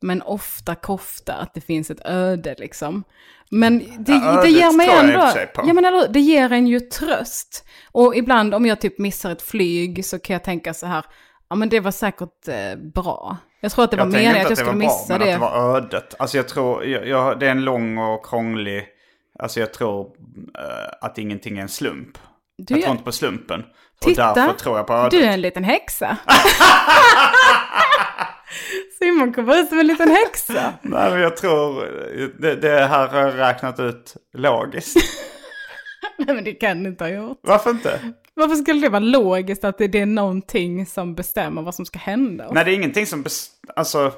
S2: men ofta kofta, att det finns ett öde liksom. Men det, det
S1: ödet
S2: ger mig
S1: tror jag i och
S2: ändå,
S1: för sig på.
S2: ja men eller, hur? det ger en ju tröst. Och ibland om jag typ missar ett flyg så kan jag tänka så här, ja men det var säkert eh, bra. Jag tror att det var meningen att jag skulle missa
S1: men
S2: det.
S1: att det var ödet. Alltså jag tror, jag, jag, det är en lång och krånglig... Alltså jag tror eh, att ingenting är en slump.
S2: Du,
S1: Jag tror inte på slumpen. Och
S2: Titta,
S1: därför tror jag på ödet.
S2: du är en liten häxa. Simon kommer ut som en liten häxa.
S1: Nej, men jag tror det, det här har jag räknat ut logiskt.
S2: Nej men det kan du inte ha gjort.
S1: Varför inte?
S2: Varför skulle det vara logiskt att det- det är någonting som bestämmer vad som ska hända?
S1: Nej, det är ingenting som... bes- Alltså,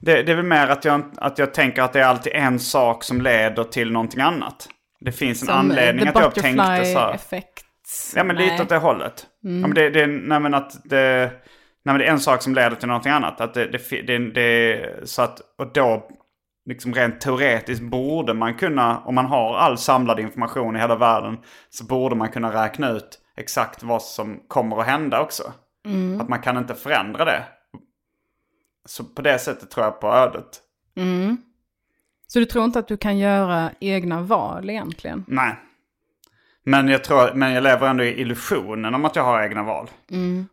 S1: det, det är väl mer att jag, att jag tänker att det är alltid en sak som leder till någonting annat. Det finns en
S2: Som, eh,
S1: anledning
S2: the
S1: att jag tänkte så här.
S2: butterfly-effekt.
S1: Ja, men lite
S2: Nej.
S1: åt det hållet. Ja, men det, det, nej, men att det, nej, men det är en sak som leder till någonting annat. Att det, det, fi- det, det, så att, och då, liksom rent teoretiskt, borde man kunna, om man har all samlad information i hela världen, så borde man kunna räkna ut exakt vad som kommer att hända också. Att man kan inte förändra det. Så på det sättet tror jag på ödet.
S2: Så du tror inte att du kan göra egna val egentligen?
S1: Nej. Men jag, tror, men jag lever ändå i illusionen om att jag har egna val.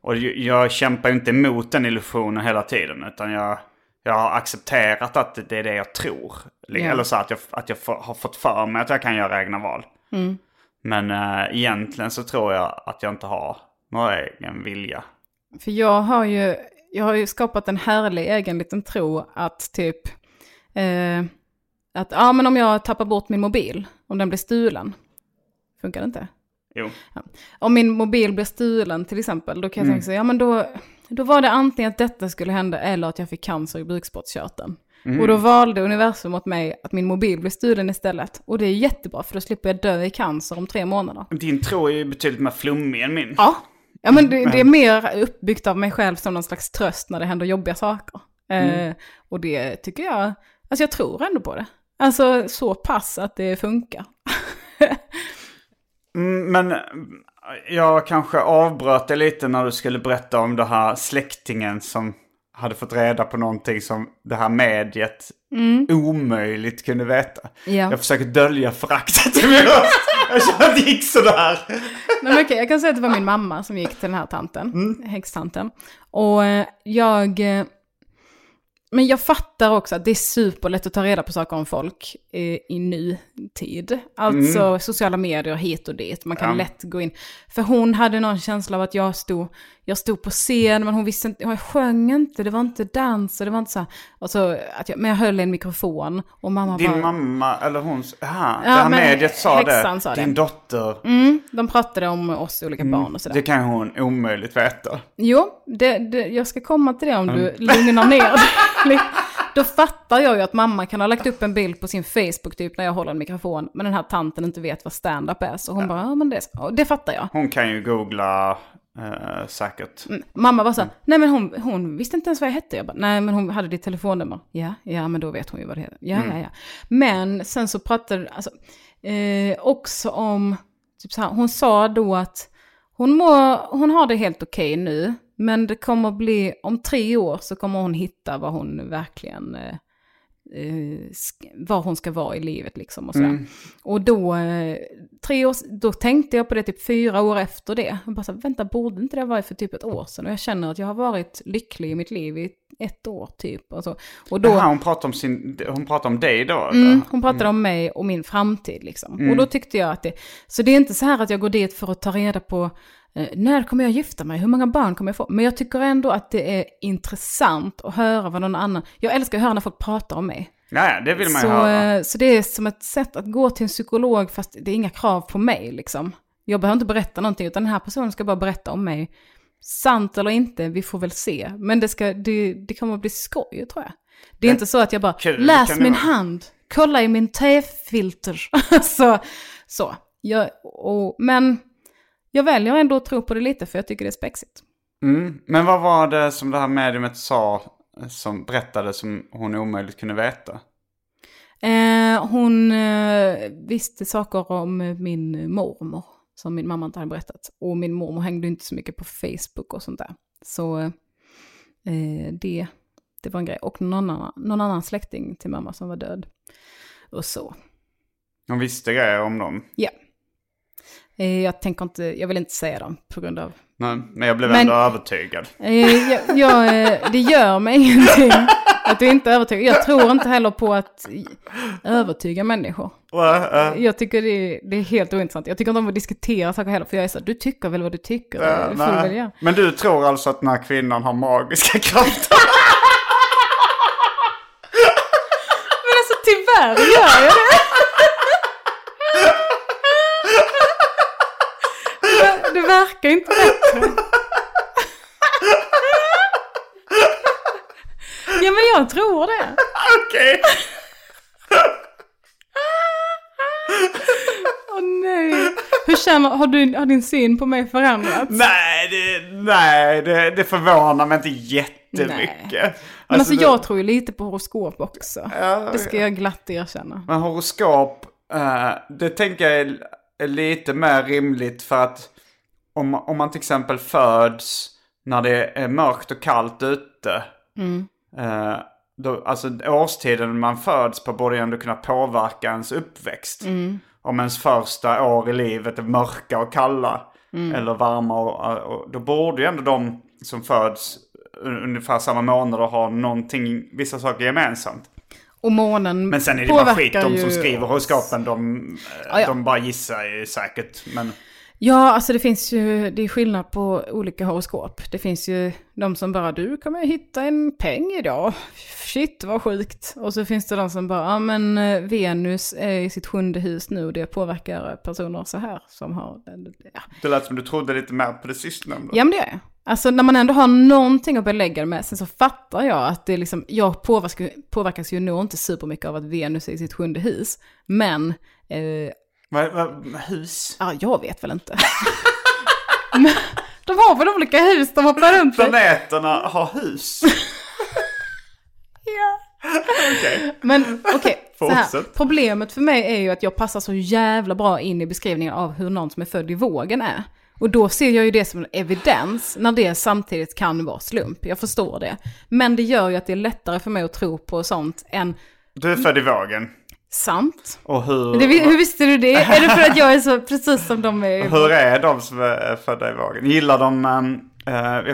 S1: Och ju- jag kämpar ju inte emot den illusionen hela tiden. Utan jag, jag har accepterat att det är det jag tror.
S2: Ja.
S1: Eller så att jag, att jag får- har fått för mig att jag kan göra egna val. Men äh, egentligen så tror jag att jag inte har någon egen vilja.
S2: För jag har ju, jag har ju skapat en härlig egen liten tro att typ, eh, att ja men om jag tappar bort min mobil, om den blir stulen, funkar det inte?
S1: Jo.
S2: om min mobil blir stulen till exempel, då kan jag tänka så, ja men då, då var det antingen att detta skulle hända eller att jag fick cancer i bukspottkörteln. Och då valde universum åt mig att min mobil blev stulen istället. Och det är jättebra för då slipper jag dö i cancer om tre månader.
S1: Din tro är ju betydligt mer flummig än min.
S2: Ja, ja men det, det är mer uppbyggt av mig själv som någon slags tröst när det händer jobbiga saker. Eh, och det tycker jag, alltså jag tror ändå på det. Alltså så pass att det funkar.
S1: Mm, Men eh, jag kanske avbröt dig lite när du skulle berätta om det här släktingen som hade fått reda på någonting som det här mediet omöjligt kunde veta.
S2: Mm. Ja.
S1: Jag försöker dölja föraktet i min röst. Jag känner att det gick sådär.
S2: Nej, men okej, jag kan säga att det var min mamma som gick till den här tanten,
S1: Mm.
S2: häxtanten. Och eh, jag... eh, Men jag fattar också att det är superlätt att ta reda på saker om folk eh, i ny tid. Alltså
S1: Mm.
S2: sociala medier hit och dit, man kan lätt gå in. För hon hade någon känsla av att jag stod, jag stod på scen, men hon visste inte, jag sjöng inte, det var inte dans, och det var inte så här. Och så att jag, men jag höll i en mikrofon och mamma
S1: Din
S2: bara...
S1: mamma, eller hon, aha, det
S2: Ja,
S1: här
S2: men
S1: mediet sa det.
S2: häxan sa det.
S1: Din dotter,
S2: Mm, de pratade om oss olika barn och sådär.
S1: Mm. det kan hon omöjligt veta.
S2: Jo, det, det, jag ska komma till det om du lugnar ner dig. Då fattar jag ju att mamma kan ha lagt upp en bild på sin Facebook typ när jag håller en mikrofon, men den här tanten inte vet vad stand-up är. Så hon bara, ja men det, är så." Och det fattar jag.
S1: Hon kan ju googla eh, säkert.
S2: Mamma var så här, nej men hon, hon visste inte ens vad jag hette. Jag bara, nej men hon hade ditt telefonnummer. Ja, ja men då vet hon ju vad det heter. Ja, ja, ja. Men sen så pratade, alltså, eh, också om, typ så här, hon sa då att hon, må, hon har det helt okej nu, men det kommer bli, om tre år så kommer hon hitta vad hon verkligen, eh, eh, sk- var hon ska vara i livet liksom och sådär. Och då, eh, tre år, då tänkte jag på det typ fyra år efter det. Jag bara så här, vänta, borde inte det vara för typ ett år sedan? Och jag känner att jag har varit lycklig i mitt liv i ett år typ. Och, så. och då,
S1: Aha, hon pratar om sin, hon pratar om dig då?
S2: Mm, hon pratade om mig och min framtid liksom. Och då tyckte jag att det, så det är inte så här att jag går dit för att ta reda på eh, när kommer jag gifta mig, hur många barn kommer jag få? Men jag tycker ändå att det är intressant att höra vad någon annan, jag älskar att höra när folk pratar om mig.
S1: Nej, det vill man ju
S2: Så,
S1: höra.
S2: eh, så det är som ett sätt att gå till en psykolog fast det är inga krav på mig liksom. Jag behöver inte berätta någonting utan den här personen ska bara berätta om mig. Sant eller inte, vi får väl se. Men det, ska, det, det kommer att bli skoj tror jag. Det är inte så att jag bara,
S1: kul kan
S2: läs
S1: det
S2: min
S1: vara."
S2: hand, kolla i min tefilter. så, så. Jag, och, men jag väljer ändå att tro på det lite för jag tycker det är spexigt.
S1: Mm. Men vad var det som det här mediumet sa, eh, som berättade som hon omöjligt kunde veta?
S2: Eh, hon eh, visste saker om eh, min mormor som min mamma inte hade berättat. Och min mormor hängde ju inte så mycket på Facebook och sånt där. Så eh, det, det var en grej. Och någon annan, någon annan släkting till mamma som var död. Och så.
S1: Hon visste grejer om dem.
S2: Ja. Eh, jag tänker inte, jag vill inte säga dem på grund av...
S1: Nej, men jag blev
S2: Men-
S1: ändå övertygad.
S2: Eh, jag, jag, eh, det gör mig ingenting att du inte övertygar. Jag tror inte heller på att övertyga människor.
S1: Äh, äh,
S2: Jag tycker det är, det är helt ointressant. Jag tycker inte om att diskutera saker heller, för jag är så här, du tycker väl vad du tycker. det får du väl
S1: äh, nej.
S2: göra.
S1: Men du tror alltså att den här kvinnan har magiska krafter?
S2: alltså, tyvärr gör jag det. Det- Det verkar inte bättre. Ja men jag tror det.
S1: Okej.
S2: Åh nej. Hur känner, har, du, har din syn på mig förändrats?
S1: Nej, det, nej det, det förvånar mig inte jättemycket.
S2: Nej. Men alltså
S1: det-
S2: jag tror ju lite på horoskop också. Det ska jag glatt erkänna.
S1: Men horoskop, eh, det tänker jag är, är lite mer rimligt för att om, om man till exempel föds när det är mörkt och kallt ute. eh, då, alltså årstiden man föds på borde ju ändå kunna påverka ens uppväxt. Om ens första år i livet är mörka och kalla. Eller varma och, och då borde ju ändå de som föds un- ungefär samma månader ha någonting, vissa saker gemensamt.
S2: Och månen
S1: Men sen är det
S2: påverkar
S1: bara skit de som
S2: ju- Ah,
S1: skriver horoskopen. De,
S2: Ja, ja.
S1: de bara gissar ju säkert. Men
S2: Ja, alltså det finns ju, det är skillnad på olika horoskop. Det finns ju de som bara, du kommer hitta en peng idag. Shit vad sjukt. Och så finns det de som bara, ja men eh, Venus är i sitt sjunde hus nu och det påverkar personer så här som har, ja.
S1: det lät som du trodde lite mer på det sistnämnda.
S2: Ja men det är jag. Alltså när man ändå har någonting att belägga det med, sen så fattar jag att det är liksom, jag påverkas, påverkas ju nog inte supermycket av att Venus är i sitt sjunde hus. Men, eh,
S1: Vad- vad- hus?
S2: Ja, jag vet väl inte. Men de har väl olika hus de hoppar runt i?
S1: Planeterna har hus.
S2: Ja. Men okej, så här.
S1: Fortsätt.
S2: Problemet för mig är ju att jag passar så jävla bra in i beskrivningen av hur någon som är född i vågen är. Och då ser jag ju det som en evidens när det samtidigt kan vara slump. Jag förstår det. Men det gör ju att det är lättare för mig att tro på sånt än
S1: Du är född i vågen.
S2: sant.
S1: Och hur,
S2: Det, hur visste du det? Är det för att jag är så precis som de är?
S1: hur är de som är födda i vågen? Gillar de ehm, eh,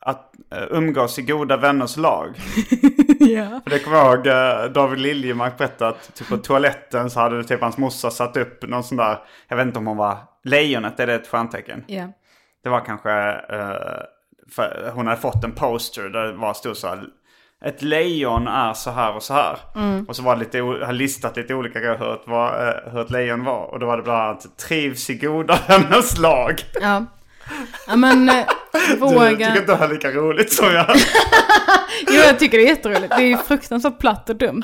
S1: att eh, umgås i goda vänners lag?
S2: Ja.
S1: För det kommer jag ihåg eh, David Liljemark berättade att typ på toaletten så hade typ hans morsa satt upp någon sån där, jag vet inte om hon var, lejonet, är det ett stjärntecken?
S2: Ja.
S1: Det var kanske, eh, för hon hade fått en poster där det var stod så här. Ett lejon är så här och så här.
S2: Mm.
S1: Och så var det lite, o- har listat lite olika grejer hur ett, var, eh, hur ett lejon var. Och då var det bland annat trivs i goda vänners lag.
S2: Ja. Ja men eh,
S1: Du
S2: vågen...
S1: tycker inte det här är lika roligt som jag.
S2: Jo, jag tycker det är jätteroligt. Det är ju fruktansvärt platt och dumt.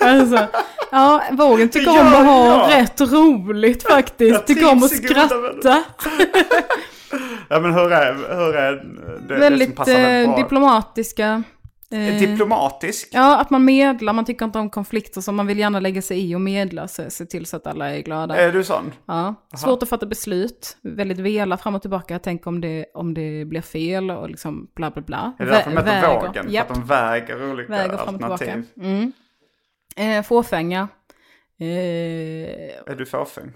S2: Alltså, ja, vågen tycker om att ha
S1: Ja, ja.
S2: rätt roligt faktiskt.
S1: Jag
S2: Tycker om att
S1: trivs i goda
S2: skratta.
S1: ja men hur är, hur är det, det som
S2: Väldigt
S1: passar väldigt
S2: eh,
S1: bra?
S2: diplomatiska. eh,
S1: Diplomatisk?
S2: Ja, att man medlar. Man tycker inte om konflikter så man vill gärna lägga sig i och medla. Se, se till så att alla är glada.
S1: Är du sån?
S2: Ja, svårt att fatta beslut. Väldigt vela fram och tillbaka. Tänk om det, om det blir fel och liksom bla bla bla.
S1: Är det därför de
S2: Vä-
S1: heter
S2: väger.
S1: vågen?
S2: Japp.
S1: För att de väger olika
S2: Väger fram och
S1: alternativ?
S2: tillbaka. Mm. Eh, fåfänga. Eh,
S1: Är du fåfäng?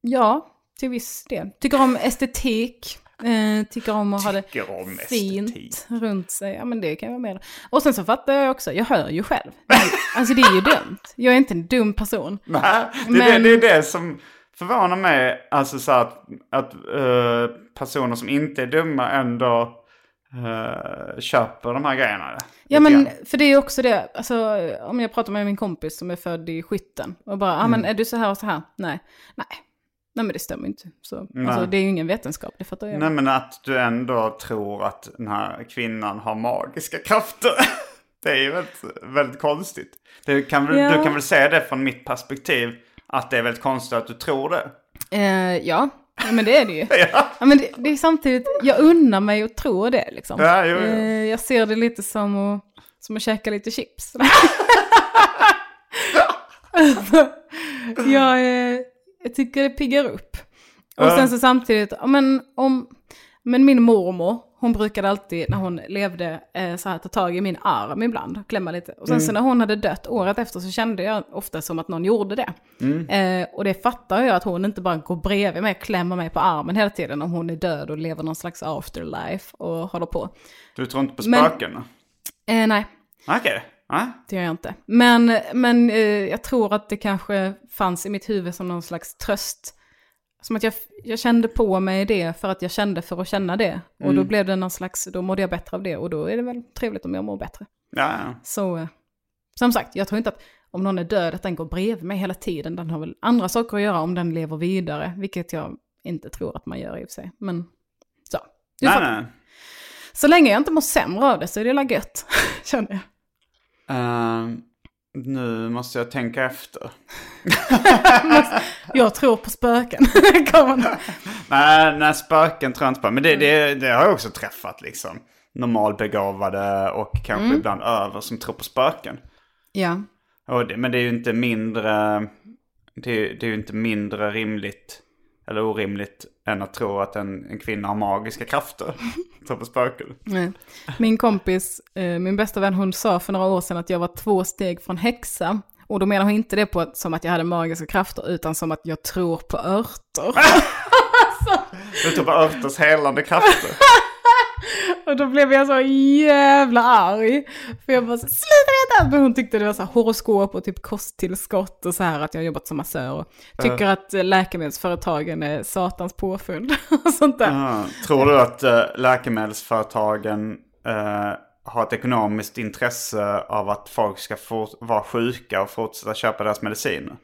S2: ja, till viss del. Tycker om estetik. Eh, tycker om att ha det
S1: Tycker om
S2: fint
S1: estetik.
S2: runt sig. Ja, men det kan jag vara med om. Och sen så fattar jag också, jag hör ju själv. Alltså det är ju dumt. Jag är inte en dum person.
S1: Nej, det, är
S2: Men-
S1: det, det är det som förvånar mig. Alltså så att, att eh, personer som inte är dumma ändå eh, köper de här grejerna.
S2: Ja
S1: Lite
S2: men,
S1: grann.
S2: för det är ju också det, alltså om jag pratar med min kompis som är född i skytten och bara, ja ah,
S1: Mm.
S2: men är du så här och så här? Nej, nej, nej men det stämmer inte. Så, alltså det är ju ingen vetenskap, det fattar jag.
S1: Nej men att du ändå tror att den här kvinnan har magiska krafter. Det är ju väldigt, väldigt konstigt. Du kan, väl,
S2: Ja.
S1: du kan väl säga det från mitt perspektiv. Att det är väldigt konstigt att du tror det.
S2: Eh, ja, Ja, men det är det ju. ja. men det, det är samtidigt, jag unnar mig att tro det liksom.
S1: Ja, jo, jo.
S2: Eh, jag ser det lite som att, som att käka lite chips. Alltså, jag, eh, jag tycker det piggar upp. Och sen så samtidigt, ja, men, om, men min mormor, hon brukade alltid när hon levde eh, så här ta tag i min arm ibland och klämma lite. Och sen
S1: Mm.
S2: så när hon hade dött året efter så kände jag ofta som att någon gjorde det. Eh, och det fattar jag att hon inte bara går bredvid mig och klämmer mig på armen hela tiden om hon är död och lever någon slags afterlife och håller på.
S1: Du tror inte på
S2: Men-
S1: spöken?
S2: Eh, nej,
S1: Okej. Ja.
S2: det gör jag inte. Men, men eh, jag tror att det kanske fanns i mitt huvud som någon slags tröst. Som att jag, jag kände på mig det för att jag kände för att känna det. Och då blev det någon slags, då mådde jag bättre av det och då är det väl trevligt om jag mår bättre.
S1: Ja, ja.
S2: Så eh, som sagt, jag tror inte att om någon är död, att den går bredvid mig hela tiden. Den har väl andra saker att göra om den lever vidare, vilket jag inte tror att man gör i och för sig. Men så. Du
S1: Nej,
S2: fattar.
S1: nej.
S2: Så länge jag inte mår sämre av det så är det la gött, känner jag.
S1: Ehm, nu måste jag tänka efter.
S2: Jag tror på spöken. Kommer det.
S1: Nej, nej, spöken tror jag inte på. Men det, det, det har jag också träffat liksom. Normalbegåvade och kanske ibland över som tror på spöken.
S2: ja,
S1: Och det, men det är ju inte mindre... Det, är- det är ju inte mindre rimligt eller orimligt än att tro att en, en kvinna har magiska krafter. Tror på spöken.
S2: nej. Min kompis, eh, min bästa vän, hon sa för några år sedan att jag var två steg från häxa. Och då menar hon inte det på att, som att jag hade magiska krafter, utan som att jag tror på örter.
S1: Du tror på örters helande krafter.
S2: Och då blev jag så jävla arg. För jag bara så, sluta veta! Men hon tyckte det var så här horoskop och typ kosttillskott och så här att jag har jobbat som massör. Och tycker att eh, läkemedelsföretagen är satans påfund och sånt där.
S1: Ja, Tror du att eh, läkemedelsföretagen eh, har ett ekonomiskt intresse av att folk ska fort- vara sjuka och fortsätta köpa deras mediciner?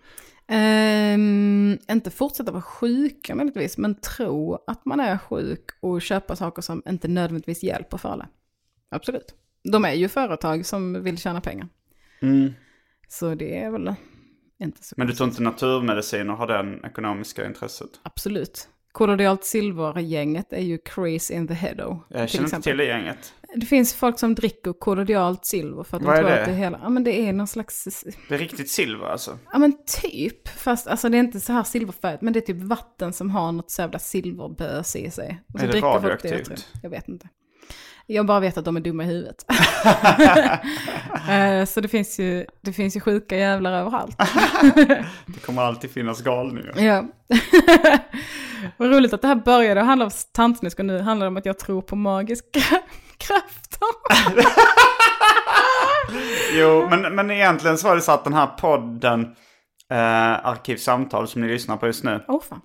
S2: Ehm, inte fortsätta vara sjuka möjligtvis, men tro att man är sjuk och köpa saker som inte nödvändigtvis hjälper för alla. Absolut. De är ju företag som vill tjäna pengar. Så det är väl inte så
S1: Men du tror inte naturmediciner har den ekonomiska intresset?
S2: Absolut. Kolonialt silvergänget är ju crazy in the heado.
S1: Jag Eh, känner inte till det gänget.
S2: Det finns folk som dricker kolonialt silver för att de
S1: Vad är
S2: tror
S1: det?
S2: att det är hela... Ja men det är någon slags...
S1: Det är riktigt silver alltså.
S2: Ja men typ. Fast alltså det är inte så här silverfärgat. Men det är typ vatten som har något så jävla silverbös i sig. Och så
S1: Är det
S2: dricker folk Jag,
S1: radioaktivt?
S2: tror. jag vet inte. Jag bara vet att de är dumma i huvudet. Eh, så det finns, ju, det finns ju sjuka jävlar överallt.
S1: Det kommer alltid finnas galningar.
S2: Ja. Vad roligt att det här började handla om tantsnusk och nu handlar det om att jag tror på magiska
S1: Ah.
S2: krafter.
S1: Jo, men, men egentligen så var det så att den här podden, eh, Arkivsamtal som ni lyssnar på just nu,
S2: Åh oh, fan.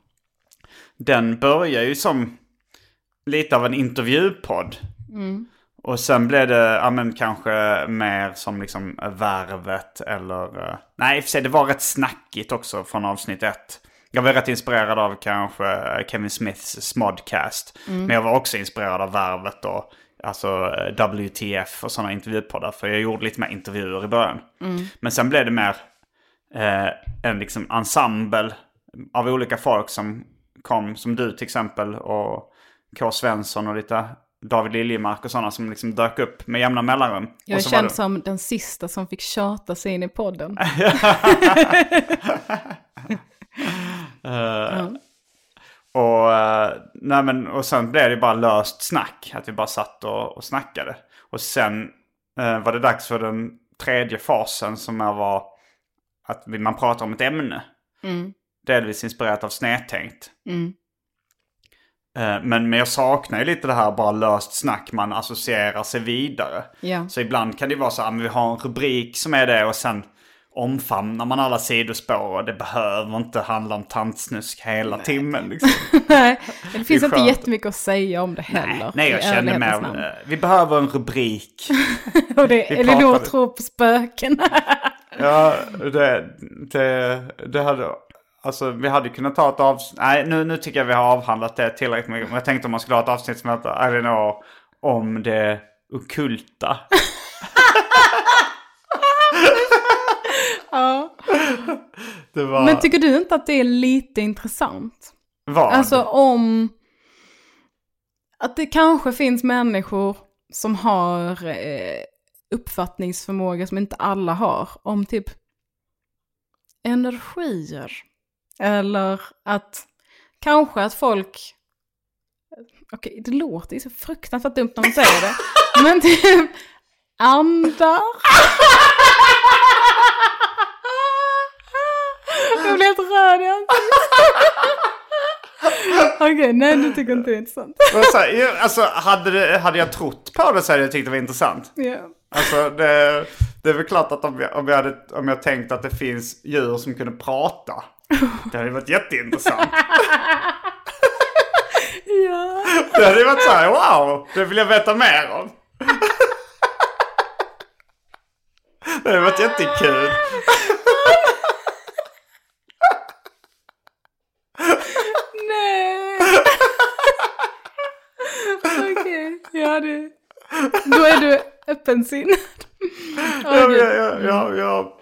S1: den börjar ju som lite av en intervjupodd. Och sen blev det, ja men kanske mer som liksom eh, Värvet eller... eh, Nej, i och för sig det var rätt snackigt också från avsnitt ett. Jag var rätt inspirerad av kanske eh, Kevin Smiths Smodcast. Men jag var också inspirerad av Värvet och alltså eh, WTF och sådana intervjupoddar. För jag gjorde lite mer intervjuer i början. Men sen blev det mer eh, en liksom ensemble av olika folk som kom, som du till exempel och K. Svensson och lite David Liljemark och sådana som liksom dök upp med jämna mellanrum.
S2: Jag
S1: och
S2: är
S1: så var
S2: känd
S1: det-
S2: som den sista som fick tjata sig in i podden.
S1: Och, eh, nej men, och sen blev det bara löst snack. Att vi bara satt och, och snackade. Och sen eh, var det dags för den tredje fasen som är var att vi- man pratar om ett ämne. Delvis inspirerat av Snedtänkt. Eh, men, men jag saknar ju lite det här bara löst snack. Man associerar sig vidare.
S2: Ja.
S1: Så ibland kan det vara så att vi har en rubrik som är det och sen omfamnar man alla sidospår och det behöver inte handla om tantsnusk hela timmen. Liksom.
S2: Nej, det finns
S1: Det är
S2: inte
S1: skönt.
S2: jättemycket att säga om det heller.
S1: Nej, jag
S2: i
S1: känner
S2: ärlighetens
S1: mer...
S2: namn.
S1: eh, Vi behöver en rubrik.
S2: Och det
S1: vi
S2: är Elinor
S1: pratade-
S2: tror på spöken.
S1: ja, det, det, det hade... Alltså vi hade kunnat ta ett avsnitt... Nej, nu, nu tycker jag vi har avhandlat det tillräckligt mycket. Men jag tänkte om man skulle ha ett avsnitt som heter Elinor om det okulta.
S2: ja.
S1: Det var...
S2: Men tycker du inte att det är lite intressant?
S1: vad?
S2: Alltså om... Att det kanske finns människor som har eh, uppfattningsförmåga som inte alla har. Om typ energier. Eller att kanske att folk... Okej, det låter ju så fruktansvärt dumt när man säger det. Men typ andar. Jag blir helt röd i ansiktet. Okej, nej du tycker inte det är intressant.
S1: Det var så här, ju, alltså hade, det, hade jag trott på det så hade jag tyckt det var intressant.
S2: Ja.
S1: Alltså det, det är väl klart att om jag, om, jag hade, om jag tänkt att det finns djur som kunde prata. Det hade varit jätteintressant.
S2: ja.
S1: Det hade varit så här, wow, det vill jag veta mer om. Det hade varit jättekul.
S2: det, ja, det. Då är du öppensinnad. Åh,
S1: Ja,
S2: Gud.
S1: ja, ja, ja,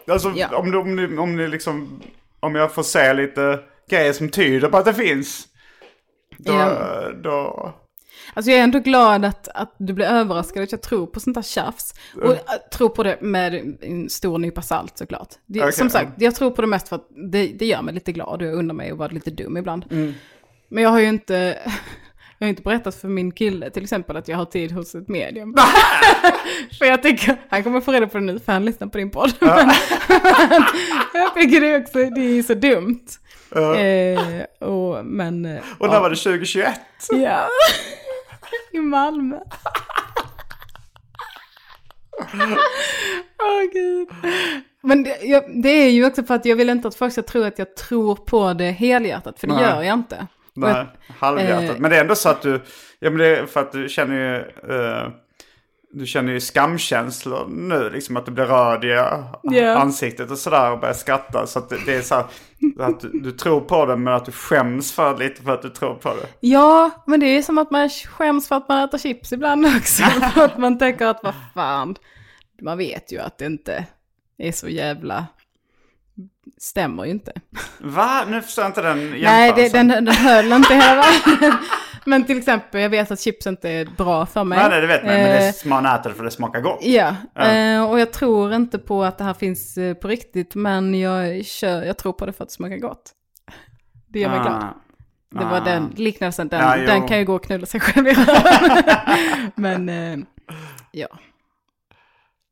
S1: ja. Alltså,
S2: Ja.
S1: Om, du- om, ni, om ni liksom... Om jag får se lite grejer som tyder på att det finns. Då...
S2: Ja.
S1: då
S2: Alltså jag är ändå glad att, att du blir överraskad att jag tror på sånt här tjafs. Och jag tror på det med en stor nypa salt såklart. Det,
S1: Okej.
S2: Som sagt, jag tror på det mest för att det, det gör mig lite glad och jag undrar mig att vara lite dum ibland. Men jag har ju inte, jag har inte berättat för min kille till exempel att jag har tid hos ett medium. för jag tänker, han kommer få reda på det nu för han lyssnar på din podd. Men, jag tycker det också, det är ju så dumt. Eh, och, men, eh,
S1: och där var det 2021.
S2: Ja. I Malmö. Åh gud. Men det, jag, det är ju också för att jag vill inte att folk ska tro att jag tror på det helhjärtat, för det
S1: Nej.
S2: gör jag inte. Och
S1: Nej,
S2: jag-
S1: halvhjärtat.
S2: eh,
S1: men det är ändå så att du... Ja, men det är för att du känner ju... eh, du känner ju skamkänslor nu, liksom att du blir röd i eh,
S2: Ja.
S1: ansiktet och sådär och börjar skratta. Så att det, det är så här, att du, du tror på det men att du skäms för det lite för att du tror på det.
S2: Ja, men det är som att man skäms för att man äter chips ibland också. för att man tänker att vad fan, man vet ju att det inte är så jävla, stämmer ju inte.
S1: Va? Nu förstår jag inte den jämförelsen.
S2: Nej, det, den, den höll inte hela världen. Men till exempel, jag vet att chips inte är bra för mig.
S1: Nej, nej, det vet man. Men det
S2: Eh,
S1: är, man äter det för det smakar gott.
S2: Ja, eh, och jag tror inte på att det här finns eh, på riktigt, men jag, kör, jag tror på det för att det smakar gott. Det gör mig glad. Det var den liknelsen, den,
S1: Ah, Ja, jo.
S2: den kan ju gå och knulla sig själv i röven. Men eh, ja.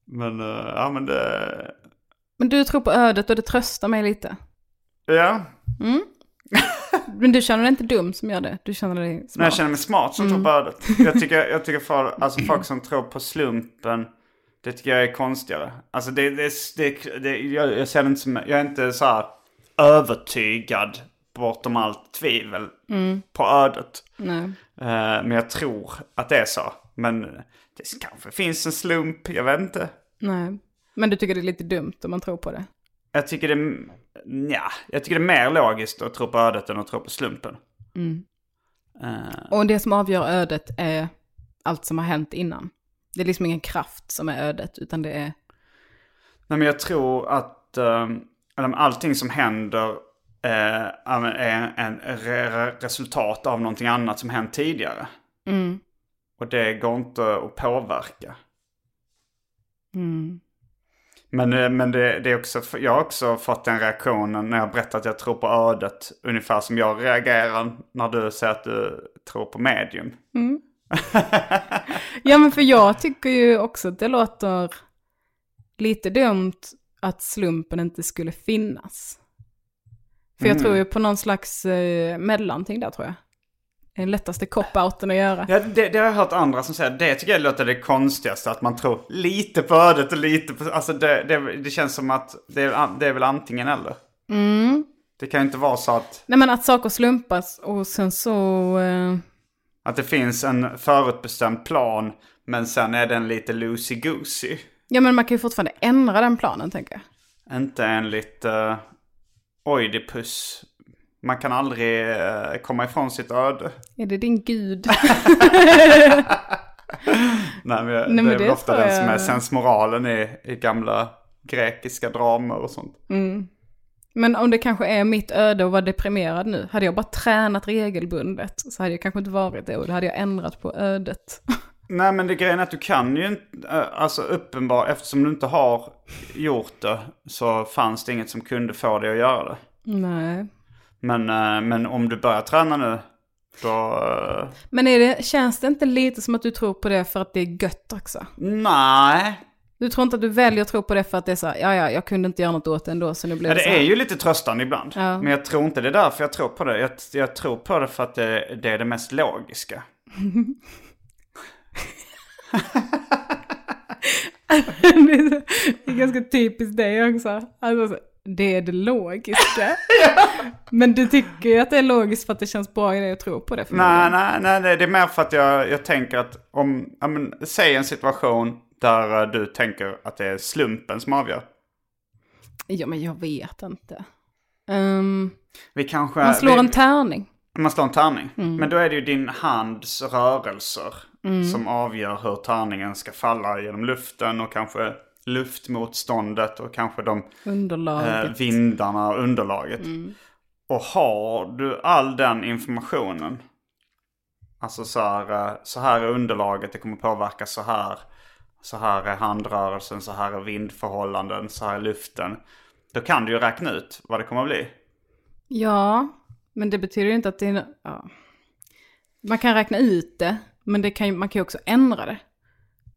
S1: Men, eh, ja men det...
S2: Men du tror på ödet och det tröstar mig lite.
S1: Ja.
S2: Men du känner dig inte dum som gör det, du känner dig
S1: Men jag
S2: smart.
S1: känner mig smart som tror på ödet. Jag tycker, jag tycker för, alltså, folk som tror på slumpen, det tycker jag är konstigare. Alltså det, det, det, det jag, jag ser det inte som, jag är inte så här övertygad bortom allt tvivel på ödet.
S2: Nej.
S1: Eh, men jag tror att det är så. Men det kanske finns en slump, jag vet inte.
S2: Nej. Men du tycker det är lite dumt om man tror på det.
S1: Jag tycker det, ja, jag tycker det är mer logiskt att tro på ödet än att tro på slumpen.
S2: Och det som avgör ödet är allt som har hänt innan. Det är liksom ingen kraft som är ödet, utan det är...
S1: Nej, men jag tror att ehm, eller, allting som händer eh, är en, en re- re- resultat av någonting annat som hänt tidigare. Och det går inte att påverka. Men, eh, men det, det är också, jag har också fått den reaktionen när jag berättat att jag tror på ödet. Ungefär som jag reagerar när du säger att du tror på medium.
S2: Ja, men för jag tycker ju också att det låter lite dumt att slumpen inte skulle finnas. För jag tror ju på någon slags eh, mellanting där, tror jag. Den lättaste cop-outen att göra.
S1: Ja, det, det har jag hört andra som säger. Det tycker jag låter det konstigaste. Att man tror lite på ödet och lite på... Alltså det, det, det känns som att det är, det är väl antingen eller.
S2: Mm.
S1: Det kan ju inte vara så att,
S2: Nej, men att saker slumpas och sen så... Eh,
S1: att det finns en förutbestämd plan. Men sen är den lite loosey-goosey.
S2: ja, men man kan ju fortfarande ändra den planen, tänker jag.
S1: Inte enligt uh, Oidipus. Man kan aldrig eh, komma ifrån sitt öde.
S2: Är det din gud?
S1: Nej, men,
S2: men
S1: det är
S2: det
S1: väl ofta
S2: tror
S1: den som
S2: jag-
S1: är sensmoralen i, i gamla grekiska dramer och sånt.
S2: Men om det kanske är mitt öde att vara deprimerad nu, hade jag bara tränat regelbundet så hade jag kanske inte varit det och då hade jag ändrat på ödet.
S1: Nej men det grejen är att du kan ju inte, eh, alltså uppenbar, eftersom du inte har gjort det så fanns det inget som kunde få dig att göra det.
S2: Nej.
S1: Men, eh, men om du börjar träna nu, då... eh,
S2: Men är det, känns det inte lite som att du tror på det för att det är gött också?
S1: Nej.
S2: Du tror inte att du väljer att tro på det för att det är så här, ja ja, jag kunde inte göra något åt det ändå så nu blir
S1: Ja,
S2: det, så
S1: det
S2: här.
S1: är ju lite tröstande ibland.
S2: Ja.
S1: Men jag tror inte det är därför jag tror på det. Jag, jag tror på det för att det, det är det mest logiska.
S2: det är så- det är ganska typiskt dig också. Alltså, så- det är det logiska. Men du tycker ju att det är logiskt för att det känns bra i dig att tro på det.
S1: Nej, nej, nej, nej, det är mer för att jag, jag tänker att om, ja, men, säg en situation där eh, du tänker att det är slumpen som avgör.
S2: Ja, men jag vet inte. Ehm,
S1: Vi kanske...
S2: man slår
S1: Eh, vi,
S2: en tärning.
S1: Man slår en tärning. Men då är det ju din hands rörelser som avgör hur tärningen ska falla genom luften och kanske luftmotståndet och kanske de eh,
S2: Underlaget.
S1: vindarna och underlaget. Och har du all den informationen, alltså så här, eh, så här är underlaget, det kommer påverka så här, så här är handrörelsen, så här är vindförhållanden, så här är luften. Då kan du ju räkna ut vad det kommer att bli.
S2: Ja, men det betyder ju inte att det är... no- Ja. Man kan räkna ut det, men det kan ju, man kan ju också ändra det.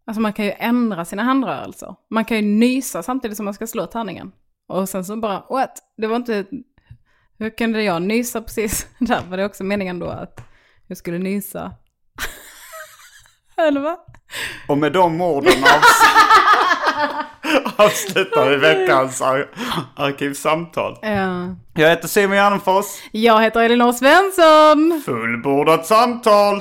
S2: Alltså man kan ju ändra sina handrörelser. Man kan ju nysa samtidigt som man ska slå tärningen. Och sen så bara, what? Det var inte... Hur kunde jag nysa precis där? Var det också meningen då att jag skulle nysa? Eller vad?
S1: Och med de orden avs- avslutar vi veckans ar- arkivsamtal.
S2: Eh,
S1: Jag heter Simon Gärdenfors,
S2: jag heter Elinor Svensson!
S1: fullbordat samtal!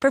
S3: for